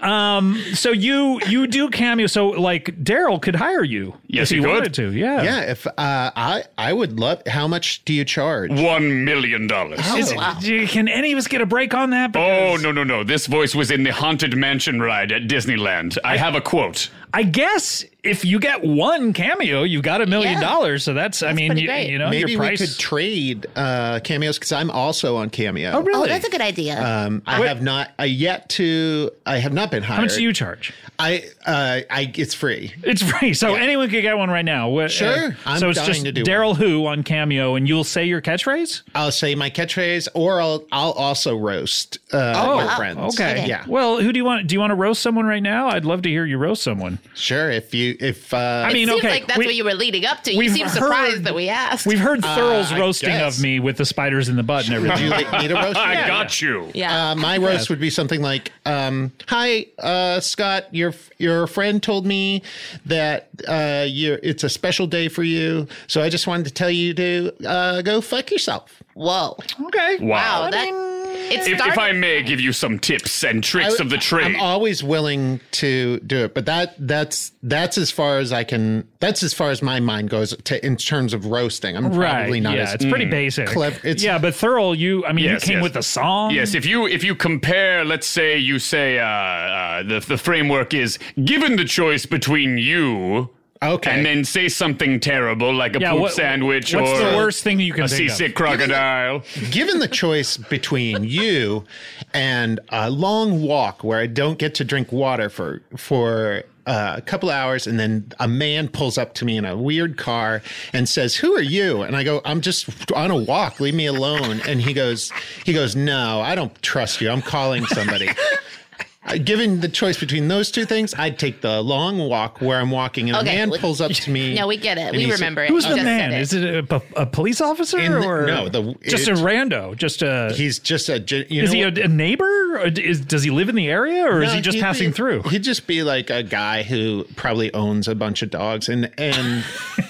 Um, so you you do cameo. So like Daryl could hire you
Yes,
if he,
he could.
wanted to. Yeah.
Yeah, if uh, I I would love. How much do you charge?
$1 million.
Oh,
Is- do- Can any of us get a break on that?
Oh,
Because
no, no, no. This voice was in the Haunted Mansion ride at Disneyland. I have a quote.
I guess if you get one cameo, you've got a million
Yeah.
dollars. So that's, I mean,
pretty
you,
great.
you know,
Maybe
your
we
price.
could trade uh, cameos because I'm also on Cameo.
oh, really?
Oh, that's a good idea.
Um, I have not. I yet to. I have not been hired.
How much do you charge?
I. Uh, I. It's free.
It's free, so anyone could get one right now. What-
Sure. I'm
so it's
dying
just
to do
Daryl Who on Cameo, and you'll say your catchphrase.
I'll say my catchphrase, or I'll. I'll also roast uh, oh, your friends.
Okay.
Yeah.
Well, who do you want? Do you want to roast someone right now? I'd love to hear you roast someone.
Sure. If you. If. Uh,
I mean,
it seems
okay.
like that's
we-
what you were leading up to. You
we've
seem surprised
heard-
that we asked.
We've heard Thurl's
Uh, I
roasting
guess.
of me with the spiders in the butt and
would you
everything.
like me to roast?
I
you?
got you.
yeah.
Uh, my roast would be something like, um, "Hi, uh, Scott. Your your friend told me that uh, you it's a special day for you, so I just wanted to tell you to uh, go fuck yourself."
Whoa.
okay.
Wow.
Wow. That, it
If,
started.
if I may give you some tips and tricks
I-
of the trade.
I'm always willing to do it, but that that's that's as far as I can. That's as far as my mind goes to, in terms of roasting. I'm
Right.
probably not
yeah,
as
it's pretty basic.
clever- it's-
yeah, but Thurl, you, I mean,
Yes,
you came
yes.
with a song.
Yes, if you if you compare, let's say you say uh, uh, the the framework is given the choice between you
okay.
and then say something terrible like a
Yeah,
poop
what-
sandwich
what's
or
the worst thing that you can
a
think of?
seasick crocodile.
given the choice between you and a long walk where I don't get to drink water for for uh, a couple hours, and then a man pulls up to me in a weird car and says, "Who are you?" And I go, "I'm just on a walk. Leave me alone." And he goes, "He goes, no, I don't trust you. I'm calling somebody." Uh, Given the choice between those two things, I'd take the long walk where I'm walking, and
Okay,
a man
we-
pulls up to me.
No, we get it.
and he
We
said-
remember it.
Who's the
You just said
man?
it.
Is it a, a police officer
In the-
or
no, the-
just a
it's-
rando? Just a
He's just a. gen- You
is
know
he a,
what?
a neighbor? Or d- is, does he live in the area, or is
No,
he just
he'd
passing
be-
through?
He'd just be like a guy who probably owns a bunch of dogs, and and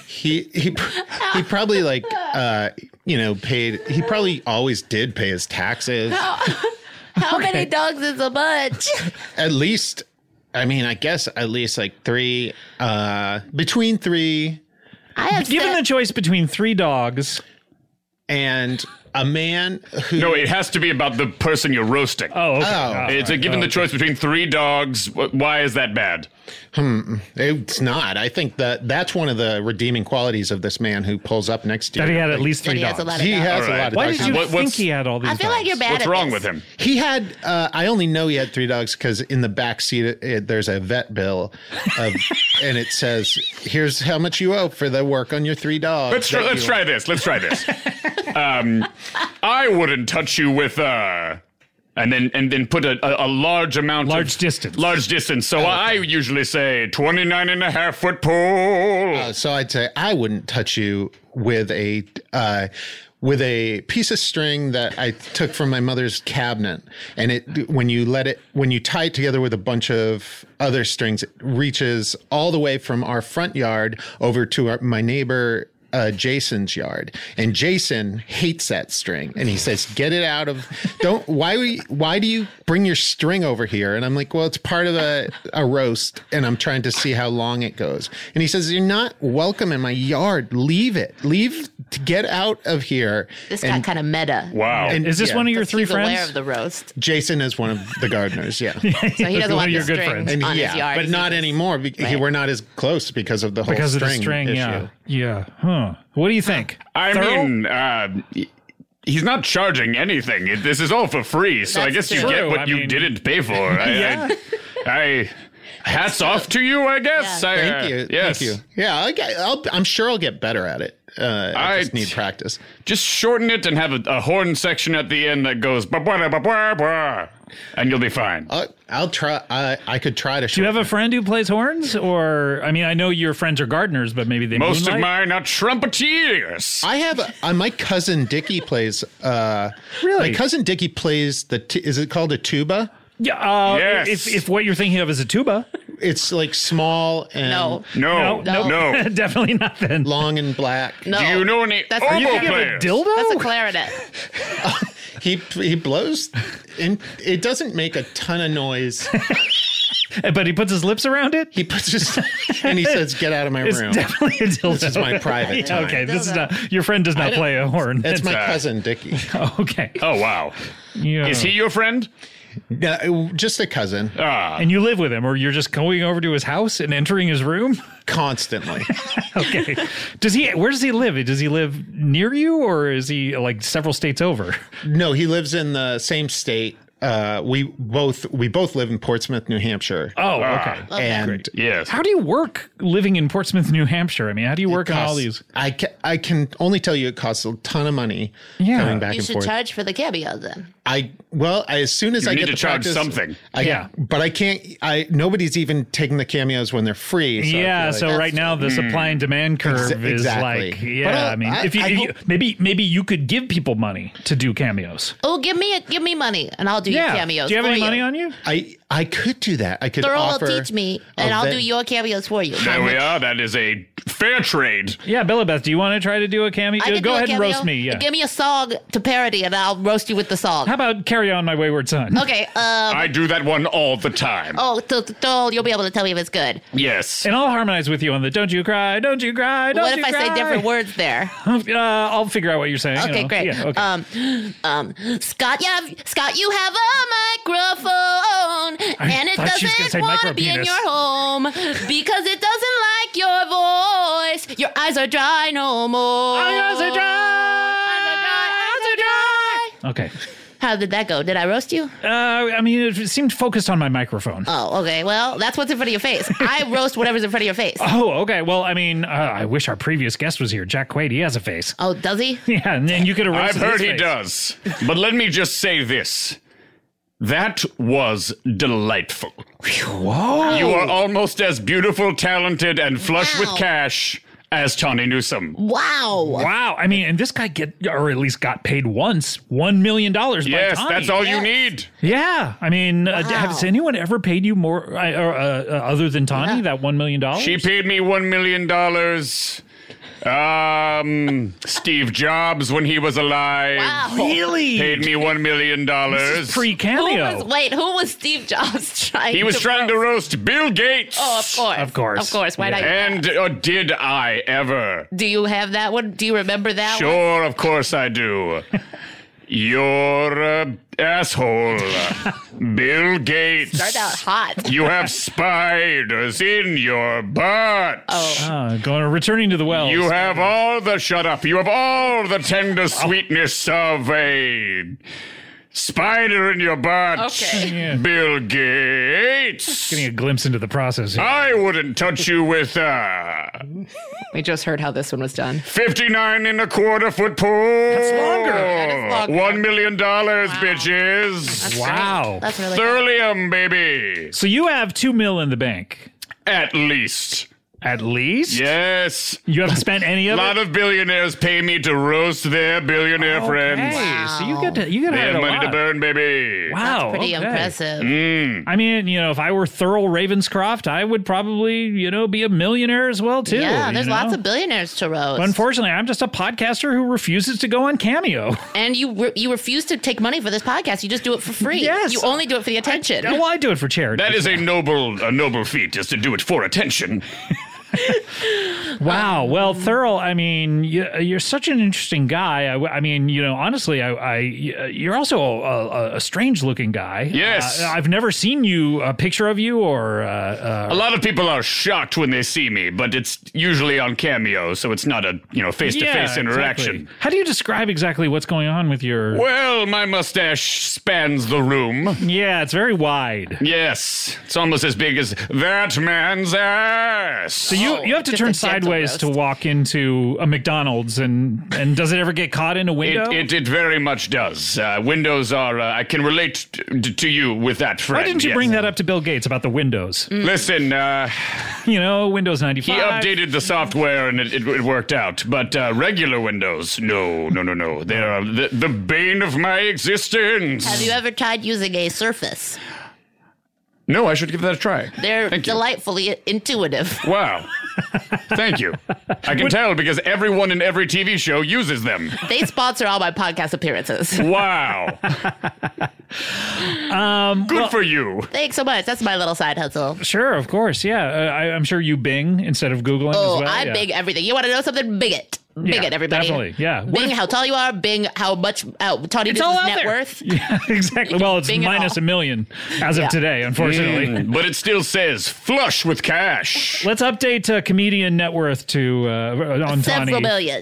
he he pr- he probably like uh you know paid. He probably always did pay his taxes.
How many dogs is a bunch?
At least, I mean, I guess at least like three, uh between three
I have
Given the
said,
choice between three dogs,
and a man who.
No, it has to be about the person you're roasting.
oh, okay.
Oh,
it's a, given the choice between three dogs. wh- Why is that bad?
it's not. I think that that's one of the redeeming qualities of this man who pulls up next to
that he
you.
had at least
that
three
he has
dogs.
a lot of
He
dogs.
has
All
a
right.
lot of
Why
dogs.
did you
What-
think
what's-
he had all these?
I feel like
dogs?
you're bad
What's
at
wrong
this.
with him?
He had. Uh, I only know he had three dogs because in the back seat uh, it, there's a vet bill, of, and it says, "Here's how much you owe for the work on your three dogs."
Let's try,
that
let's
you-
try this. Let's try this. um, I wouldn't touch you with uh and then and then put a, a, a large amount
Large
of
distance.
large distance so i usually say 29 and a half foot pole
Oh, So I'd say I wouldn't touch you with a uh, with a piece of string that I took from my mother's cabinet. And it, when you let it, when you tie it together with a bunch of other strings, it reaches all the way from our front yard over to our, my neighbor uh, Jason's yard, and Jason hates that string, and he says, "Get it out of! Don't why we why do you bring your string over here?" And I'm like, "Well, it's part of a a roast, and I'm trying to see how long it goes." And he says, "You're not welcome in my yard. Leave it. Leave to get out of here."
This
and,
got kind of meta.
Wow.
and
Is this
yeah,
one of your three
He's aware
friends?
of the roast,
Jason is one of the gardeners. Yeah.
so he
One
doesn't want
of
the
your good
string
friends.
And
on
yeah,
his yard.
but
He
not
thinks-
anymore. Be-
Right.
We're not as close because of the whole
Because of
string
the string,
issue.
yeah, yeah, huh? What do you think?
I mean, uh, he's not charging anything. It, this is all for free, so I
That's
guess you
true.
get what
I
you
mean-
didn't pay for. I, I, I- hats off to you, I guess.
Yeah.
I, uh,
Thank you.
Yes.
Thank you. Yeah, I, get- I'll, I'm sure I'll get better at it. Uh, I,
I-
just need practice.
Just shorten it and have a, a horn section at the end that goes ba ba ba ba ba, and you'll be fine.
I'll, Uh, I'll try. I, I could try to.
Do you have a friend who plays horns, or I mean, I know your friends are gardeners, but maybe they
Most of
moonlight?
mine are trumpeteers.
I have. a- Uh, my cousin Dickie plays. Uh,
Really?
My cousin Dickie plays the. T- is it called a tuba?
Yeah, uh,
Yes.
If if what you're thinking of is a tuba,
It's like small and
No,
no,
No.
no, no.
definitely not then.
long and black.
no.
Do you know any
That's
oboe
a
You have a
players?
dildo?
That's a clarinet.
He he blows, and it doesn't make a ton of noise.
but he puts his lips around it.
He puts his and he says, "Get out of my
It's
room."
definitely a dildo.
This is my private time.
okay, this is not your friend does not play a horn.
That's my
uh,
cousin Dickie.
okay.
Oh wow,
Yeah.
is he your friend?
No, just a cousin,
Ah,
And you live with him, or you're just going over to his house and entering his room?
constantly.
okay. Does he? Where does he live? Does he live near you, or is he like several states over?
No, he lives in the same state. Uh, we both we both live in Portsmouth, New Hampshire.
Oh,
Ah.
okay.
and
yes.
How do you work living in Portsmouth, New Hampshire? I mean, how do you work on all
costs-
these?
I can, I can only tell you it costs a ton of money
Yeah.
coming back
You
and
should
forth.
charge for the cameo then.
I well, I, as soon as
You
I
need to
get the
charge
practice,
something.
I,
Yeah.
but I can't. I nobody's even taking the cameos when they're free. So I
yeah,
feel like-
so right now the supply and demand curve
Exa-
is
Hmm. exactly.
like,
But,
yeah.
uh,
I mean,
I-
if, you,
I
if you
hope-
maybe maybe you could give people money to do cameos.
Oh, give me give me money, and I'll do your cameos.
Do you have
for
any money on you?
I I could do that. I could
Thurl will
offer.
teach me, and
a
I'll
vet-
do your cameos for you.
There we are. Oh, That is a fair trade.
Yeah, Bella Beth, do you want to try to do a cameo?
I can
Go
do a
ahead and
cameo.
roast me. Yeah.
Give me a song to parody, and I'll roast you with the song.
How about carry on, my wayward son?
okay. Um.
I do that one all the time.
Oh, Th- Th- Thurl, you'll be able to tell me if it's good.
Yes.
And I'll harmonize with you on the "Don't you cry, don't you cry, don't
what
you
if I
cry."
say different words there?
words? Uh, I'll figure out what you're saying. you
Okay,
know.
great.
Yeah, okay.
Um, um, Scott, you have, Scott, you have a microphone, and it
thought she was gonna say
doesn't want to be in
micropenis.
your home because it doesn't like your voice. Your eyes are dry no more.
Eyes are dry.
Eyes are dry, eyes are dry.
Okay.
How did that go? Did I roast you?
Uh, I mean, it seemed focused on my microphone.
Oh, okay. Well, that's what's in front of your face. I roast whatever's in front of your face.
Oh, okay. Well, I mean, uh, I wish our previous guest was here. Jack Quaid, he has a face.
Oh, does he?
Yeah, and then you could have roasted
I've
his
heard he
face.
does. But let me just say this. That was delightful. Whoa. You are almost as beautiful, talented, and flush with
Wow.
cash as Tawny Newsom.
Wow.
Wow. I mean, and this guy get or at least got paid once $1 million dollars by
Yes,
Tommy.
that's all you
Yes.
need.
Yeah. I mean, uh, has anyone ever paid you more uh, or, uh, uh, other than Tawny, that $1 million? dollars?
She paid me one million dollars. Um, Steve Jobs when he was alive
Wow.
really?
paid me one million dollars.
Pre
Who
cameo.
was, wait, who was Steve Jobs trying
He was
to
trying to roast Bill Gates.
Oh, of course.
Of course.
Of course. Why not?
And uh, did I ever?
Do you have that one? Do you remember that one?
Sure, of course I do. You're a asshole, Bill Gates.
Start out hot.
You have spiders in your butt.
Oh,
Uh, going returning to the well.
You have all the shut up. You have all the
Oh.
tender sweetness of a spider in your butt.
Okay.
Bill Gates.
getting a glimpse into the process. Here.
I wouldn't touch you with uh,
We just heard how this one was done.
59 and a quarter foot pole. That's
longer.
That is longer.
One million dollars, bitches.
wow.
That's really good.
Thurlium, baby.
So you have two mil in the bank.
At least.
At least?
Yes.
You haven't spent any
A
of
lot
it?
of billionaires pay me to roast their billionaire friends.
Hey, so you get to, you get
They
out
have
a
money
lot.
to burn, baby.
Wow.
Pretty
okay.
impressive.
I mean, you know, if I were Thurl Ravenscroft, I would probably, you know, be a millionaire as well, too.
yeah,
you
there's
know?
lots of billionaires to roast.
But Unfortunately, I'm just a podcaster who refuses to go on Cameo.
and you re- you refuse to take money for this podcast. You just do it for free.
Yes.
You only do it for the attention.
well, I do it for charity.
That is a noble, a noble feat, is to do it for attention.
Wow. well, Thurl, I mean, you- you're such an interesting guy. I, w- I mean, you know, honestly, I, I you're also a, a, a strange looking guy.
Yes.
Uh, I've never seen you a picture of you or uh, uh,
A lot of people are shocked when they see me, but it's usually on cameo, so it's not a you know face to
Yeah,
face
exactly.
interaction.
How do you describe exactly what's going on with your?
Well, my mustache spans the room.
Yeah, it's very wide.
Yes, it's almost as big as that man's ass. So
You, you have to
just a
turn
gentle
sideways
roast.
to walk into a McDonald's, and and does it ever get caught in a window?
It, it, it very much does. Uh, windows are. Uh, I can relate t- t- to you with that friend.
Why didn't you
yes.
bring that up to Bill Gates about the windows?
Listen, uh,
You know, Windows
he
95.
updated the software and it, it, it worked out. But uh, regular Windows, no, no, no, no. They are the, the bane of my existence.
Have you ever tried using a Surface?
no, I should give that a try.
They're
Thank you.
delightfully intuitive.
Wow. Thank you. I can tell because everyone in every TV show uses them.
they sponsor all my podcast appearances.
Wow. um, Good for you.
Thanks so much. That's my little side hustle.
Sure, of course. Yeah. Uh, I, I'm sure you Bing instead of Googling
Oh,
as well.
I
yeah.
big everything. You want to know something? Big it. Big
Yeah,
it, everybody.
definitely. Yeah. What
Bing how tall you are. Bing how much how Tawny
all
Newton's
out
net
there.
worth.
Yeah, exactly. Well, it's
Bing it
minus a
all.
million as
Yeah.
of today, unfortunately.
Mm, but it still says flush with cash.
Let's update uh, comedian net worth to uh, on
Several
Tawny.
million.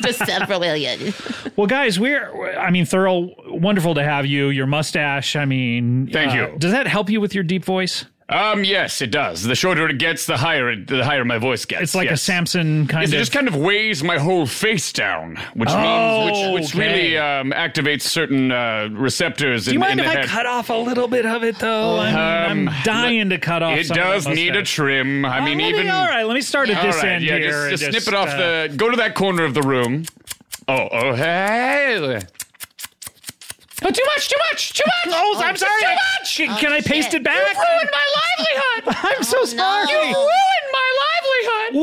Just several million.
Well, guys, we're. I mean, Thurl, wonderful to have you. Your mustache. I mean,
Thank
uh,
you.
Does that help you with your deep voice?
Um, yes, it does. The shorter it gets, the higher it, the higher my voice gets.
It's like a
yes.
Samson kind
Yes, it
of.
just kind of weighs my whole face down, which
Oh,
means which, which
okay.
really um, activates certain uh, receptors
Do you
in,
mind if
in the
I
head. Um,
cut off a little bit of it though? I mean, I'm dying to cut off.
it
some of the
does need a
mustache.
trim. I
Oh,
mean,
let me-
even
all right. Let me start at
All
this
right,
end
yeah,
here.
just-
and
Just, snip it off
uh,
the. Go to that corner of the room. Oh, oh, hey. Oh, too much, too much, too much.
Oh, I'm sorry.
Too much.
Can, can I paste
shit.
it back?
ruined my livelihood.
I'm so sorry.
Oh, no. You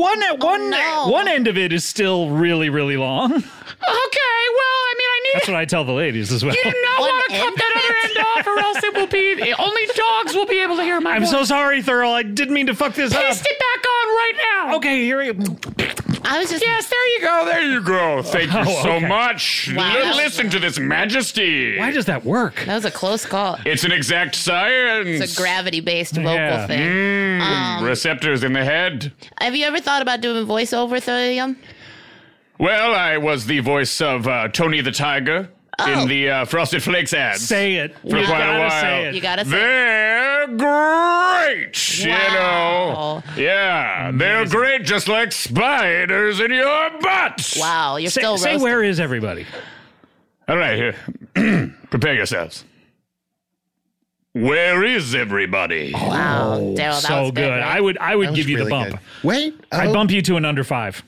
ruined my livelihood.
One at one
Oh, no.
one end of it is still really really long.
Okay, well, I mean, I knew
That's what I tell the ladies as well.
do not
One
want to
end
cut that other end off, or else it will be only dogs will be able to hear my
I'm
voice.
so sorry, Thurl. I didn't mean to fuck this
Paste
up.
it back on right now.
Okay, here we
I was just
Yes, there you go. Oh, There you go. Thank you
Oh,
so
okay.
much.
Wow.
L- listen to this majesty.
Why does that work?
that was a close call.
it's an exact science. Hmm.
It's a um, gravity based vocal
Yeah.
thing.
Receptors in the head.
Have you ever thought about doing voiceover, Thurium?
Well, I was the voice of uh, Tony the Tiger
Oh.
in the uh, Frosted Flakes ads.
Say it.
for
you
quite
gotta
a while.
say it.
You gotta say
They're great,
Wow.
you know. Yeah, they're great, just like spiders in your butt.
Wow, you're
Say,
still
say
roasting.
where is everybody?
All right, here, prepare yourselves. Where is everybody?
Oh,
Wow, Daryl, Oh, that
so
was
good. I would I would
That
give
was
you the
really
bump.
good. Wait,
I'd
oh,
bump you to an under five.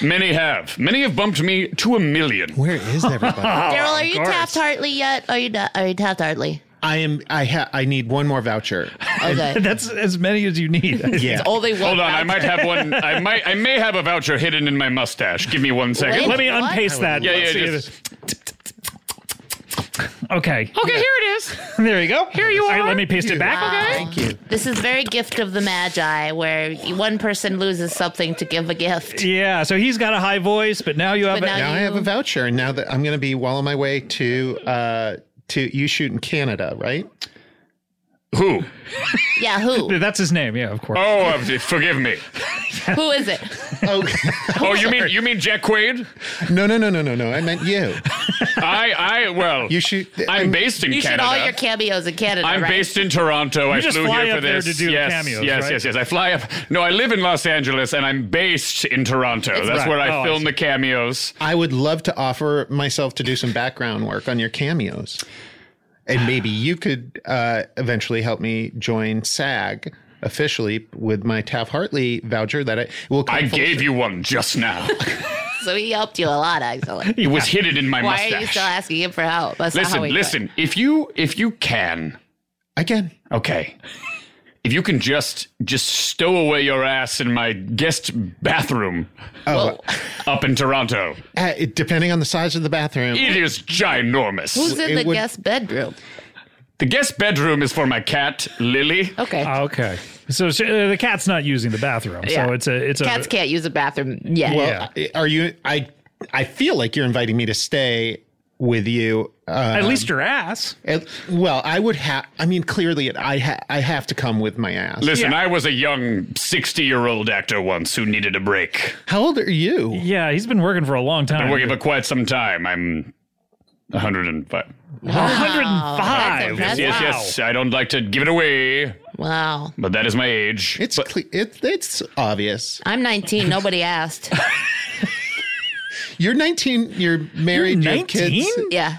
Many have. Many have bumped me to a million.
Where is everybody?
Oh,
Daryl, are you tapped Hartley yet? Are you not, are you tapped Hartley?
I am. I ha. I need one more voucher.
Okay.
That's as many as you need.
Yeah.
Only one.
Hold on, I might have one. I might. I may have a voucher hidden in my mustache. Give me one second.
Wait.
Let me
What?
unpaste that.
Yeah, yeah,
Let's see
just-
if- Okay.
Okay, here it is.
There you go. Here you
are.
let me paste it back.
Thank you.
Um, This is very gift of the magi, where one person loses something to give a gift.
Yeah, so he's got a high voice, but now you have
But
a-
now
Now I have
you-
a voucher, and now that I'm going to be well on my way to uh to you shoot in Canada, right?
Who?
Yeah, who?
That's his name. Yeah, of course.
Oh, uh, forgive me.
who is it?
Oh,
Oh, you mean you mean Jack Quaid?
no, no, no, no, no, no. I meant you.
I, I, well,
You shoot.
I'm based in
You should
Canada.
all your cameos in Canada.
I'm
right?
based in Toronto. I
just
flew
fly
here
up
for
there
this.
to do
yes,
cameos,
yes,
right?
yes, yes. I fly up. No, I live in Los Angeles, and I'm based in Toronto. That's
right.
where I
Oh, I
film
see.
the cameos.
I would love to offer myself to do some background work on your cameos. And maybe you could uh, eventually help me join SAG officially with my Taft Hartley voucher that I will.
I gave you one just now.
So he helped you a lot, actually.
It was hidden in my
Why
mustache.
are you still asking him for help? That's not how
listen,
we do it.
listen. If you if you can,
again.
okay. If you can just just stow away your ass in my guest bathroom
Oh,
up in Toronto,
uh, it- depending on the size of the bathroom.
it is ginormous.
Who's in
It
the
would-
guest bedroom?
the guest bedroom is for my cat Lily.
Okay.
Oh.
Okay. So she, uh, the cat's not using the bathroom.
Yeah.
So it's a it's
Cats
a
can't use a bathroom yet.
Well, are you? I I feel like you're inviting me to stay with you. Uh,
at least your ass.
it- well, I would have. I mean, clearly, it, I ha- I have to come with my ass.
Listen, I was a young sixty-year-old actor once who needed a break.
How old are you?
Yeah, he's been working for a long time.
Been working for quite some time. I'm 105.
Oh,
105.
Uh, That's
Yes, yes, yes. I don't like to give it away,
Wow.
but that is my age.
It's cle- it, it's obvious.
I'm 19. Nobody asked.
You're 19. You're married.
You're
you have kids.
19?
Yeah.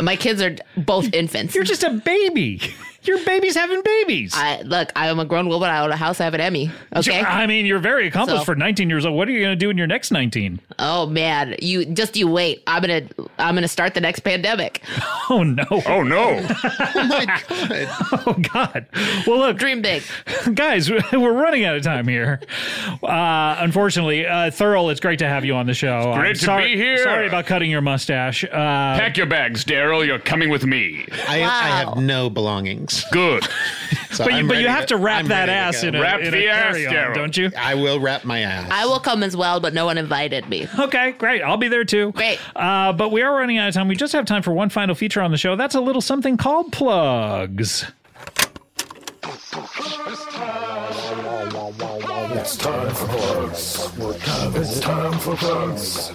My kids are both infants.
You're just a baby. Your baby's having babies.
I, look, I am a grown woman. I own a house. I have an Emmy. Okay.
I mean, you're very accomplished
So-
for 19 years old. What are you going to do in your next 19?
Oh man, you just you wait. I'm gonna I'm gonna start the next pandemic.
Oh no!
Oh no!
Oh God! Well, look,
Dream big.
guys, we're running out of time here. Uh, unfortunately, uh, Thurl, it's great to have you on the show.
great
I'm
to
sorry,
be here.
Sorry about cutting your mustache. Uh,
Pack your bags, Daryl. You're coming with me.
I, I have
Wow.
no belongings.
Good.
So
but you,
I'm
but you
ready
have to wrap
I'm
that
ready to
ass
go.
in a,
Wrap
in
the
a
ass,
carry-on,
Daryl.
don't you?
I will wrap my ass.
I will come as well, but no one invited me.
Okay, great. I'll be there too.
Great.
Uh, but we are running out of time. We just have time for one final feature on the show. That's a little something called plugs.
It's time for plugs. It's time for plugs.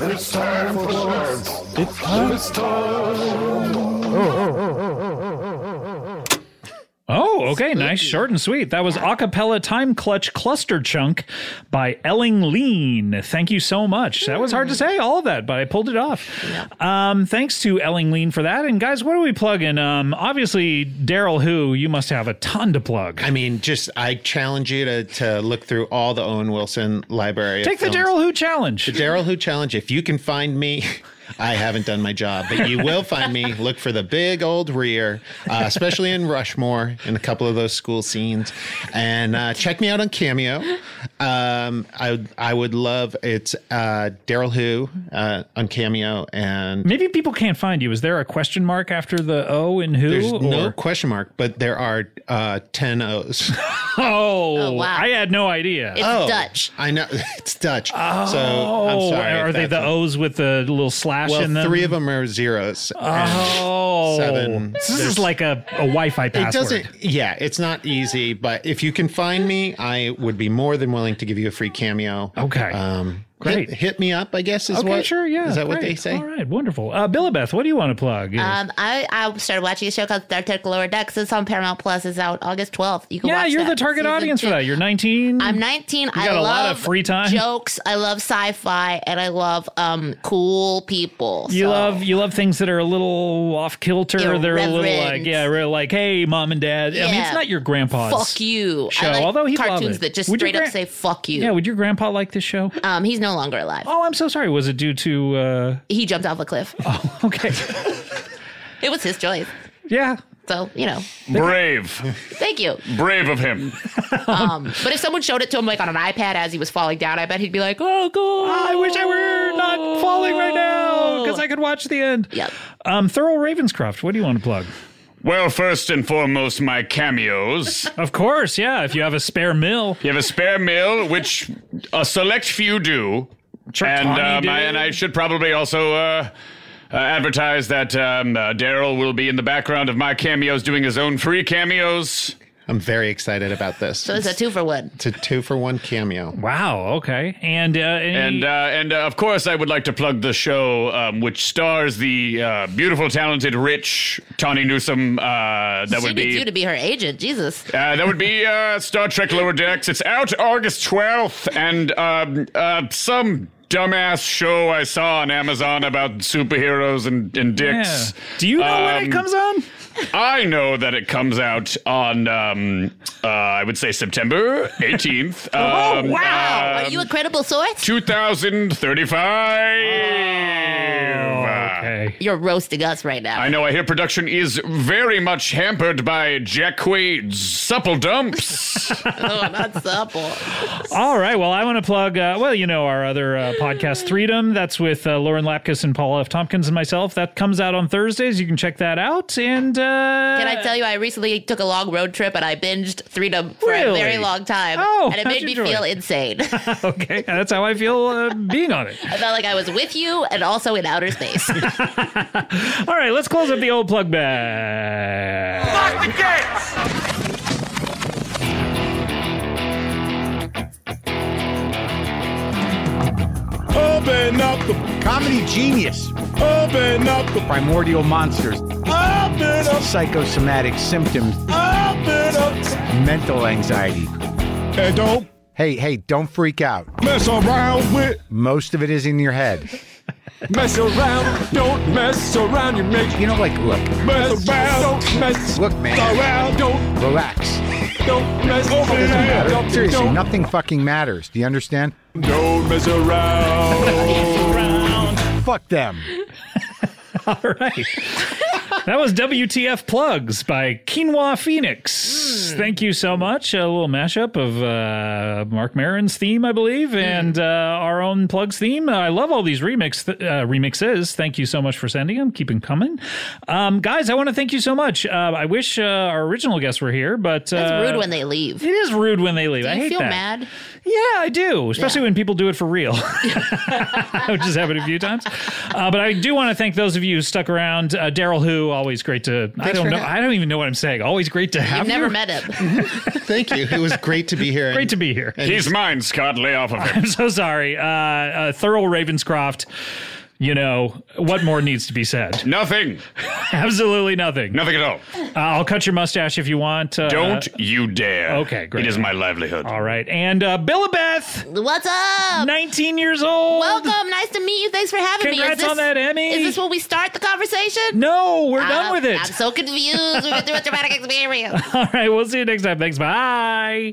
It's time for plugs. It's time. It's time.
Oh, okay. Nice, short and sweet. That was Acapella Time Clutch Cluster Chunk by Elling Lean. Thank you so much. That was hard
Hmm.
to say, all of that, but I pulled it off. Um, thanks to Elling Lean for that. And guys, what are we plugging? Um, obviously, Daryl, who you must have a ton to plug.
I mean, just I challenge you to to look through all the Owen Wilson library. of
Take the
films.
Daryl Who challenge.
Daryl Who challenge. If you can find me, I haven't done my job, but you will find me. Look for the big old rear, uh, especially in Rushmore in a couple of those school scenes, and uh, check me out on Cameo. Um, I I would love it's uh, Daryl Who uh, on Cameo, and
Maybe people can't find you. Is there a question mark after the O in who?
there's no
or-
question mark, but there are uh, ten O's.
Oh,
wow.
I had no idea.
It's Dutch.
I know it's Dutch. Oh, so I'm
Oh,
sorry.
are
if
they
that's
the
a-
O's with the little slash in
Well,
them?
three of them are zeros.
Oh,
Seven.
This is like a, a Wi-Fi
it
password.
doesn't. Yeah, it's not easy, but if you can find me, I would be more than willing to give you a free cameo.
Okay.
Um,
Great.
Hit, hit me up. I guess is
okay,
what.
sure, yeah.
Is that what
great.
they say?
All right, wonderful. Uh, Billabeth, what do you want to plug?
Um, I, I started watching a show called Star Trek Lower Decks. It's on Paramount Plus. It's out August 12th. You can
yeah,
watch
you're
that.
the target
Season
audience
two.
for that. You're 19.
I'm 19. I
got a
love
lot of free time.
Jokes. I love sci-fi, and I love um cool people.
you
So-
love you love things that are a little off kilter. They're a little like
Irreverent.
yeah, we're like hey, mom and dad. I mean, it's
Yeah.
not your grandpa's
fuck you
show.
I like
although he
cartoons that just straight up say fuck you.
Yeah, would your grandpa like this show?
um, he's no longer alive.
Oh, I'm so sorry. Was it due to? uh
He jumped off a cliff.
Okay,
It was his choice.
yeah.
So you know,
Brave.
thank you.
Brave of him.
Um, but if someone showed it to him like on an iPad as he was falling down, I bet he'd be like, "Oh god,
I wish I were not falling right now because I could watch the end.
Yep.
Um, Thurl Ravenscroft, what do you want to plug?
Well, first and foremost, my cameos.
Of course, yeah. If you have a spare mill,
You have a spare meal, which a select few do. and,
Tawny
um, I,
did.
and I should probably also uh, uh, advertise that um, uh, Daryl will be in the background of my cameos doing his own free cameos.
I'm very excited about this.
So it's a two for one.
it's a two for one cameo.
wow, okay. And uh, and
And uh, and uh, of course, I would like to plug the show, um, which stars the uh, beautiful, talented, rich Tawny Newsom. Uh, that
she
would
needs
be
you to be her agent. Jesus.
uh, that would be uh, Star Trek Lower Decks. It's out August twelfth, and um, uh, some dumbass show I saw on Amazon about superheroes and, and
yeah.
dicks.
do you know when
Um,
it comes on?
I know that it comes out on, um, uh, I would say September 18th.
Oh,
Um,
wow.
uh,
Are you a credible source?
2035.
Oh, Okay.
You're roasting us right now.
I know I hear production is very much hampered by Jackwade's supple dumps.
oh, not supple.
All right. Well, I want to plug, uh, well, you know, our other uh, podcast, Freedom. That's with uh, Lauren Lapkus and Paul F. Tompkins and myself. That comes out on Thursdays. You can check that out. And uh,
Can I tell you, I recently took a long road trip and I binged Freedom for a
Really?
very long time.
Oh,
and it
how'd
made
you
me
enjoy
feel
it?
insane. I
okay, that's how I feel uh, being on it.
felt like I was with you and also in outer space.
All right, let's close up the old plug bag.
Open up the
Comedy genius.
open up the
Primordial monsters.
open up
Psychosomatic symptoms.
open up
Mental anxiety.
and don't
Hey, hey, don't freak out.
mess around with
Most of it is in your head.
mess around don't mess around you make
You know, like, look,
mess around don't mess
look, man,
around don't
relax.
don't mess around
Matter.
don't
Seriously,
don't,
nothing fucking matters. Do you understand?
don't mess around
Fuck them.
All right. That was WTF Plugs by Quinoa
Hmm.
Phoenix. Thank you so much. A little mashup of uh, Mark Marin's theme, I
Hmm.
believe, and uh, our own Plugs theme. I love all these remix th- uh, remixes. Thank you so much for sending them. Keep them coming. Um, guys, I want to thank you so much. Uh, I wish uh, our original guests were here, but. Uh,
That's rude when they leave.
it is rude when they leave.
Do
I
you
hate
feel
that.
mad?
Yeah, I do, especially when people do it for real, which has happened a few times. Uh, but I do want to thank those of you who stuck around. Uh, Daryl, who always great to. I don't know. I don't even know what I'm saying. Always great to have.
I've never
you.
met him.
Thank you. It was great to be here.
Great to be here.
He's mine, Scott. Lay off of him.
I'm so sorry. Uh, uh, thorough Ravenscroft. You know what more needs to be said?
Nothing.
Absolutely nothing.
Nothing at all.
Uh-huh.
Uh, I'll cut your mustache if you want. Uh,
Don't you dare.
okay, great.
It is my livelihood.
All right, and uh, Billabeth,
What's up?
19 years old.
Oh. Welcome. Nice to meet you. Thanks for having me.
Congrats on that Emmy.
Is this when we start the conversation?
No, we're
I'm-
done with it.
I'm so confused. We've been through a traumatic experience.
All right, we'll see you next time. Thanks. Bye.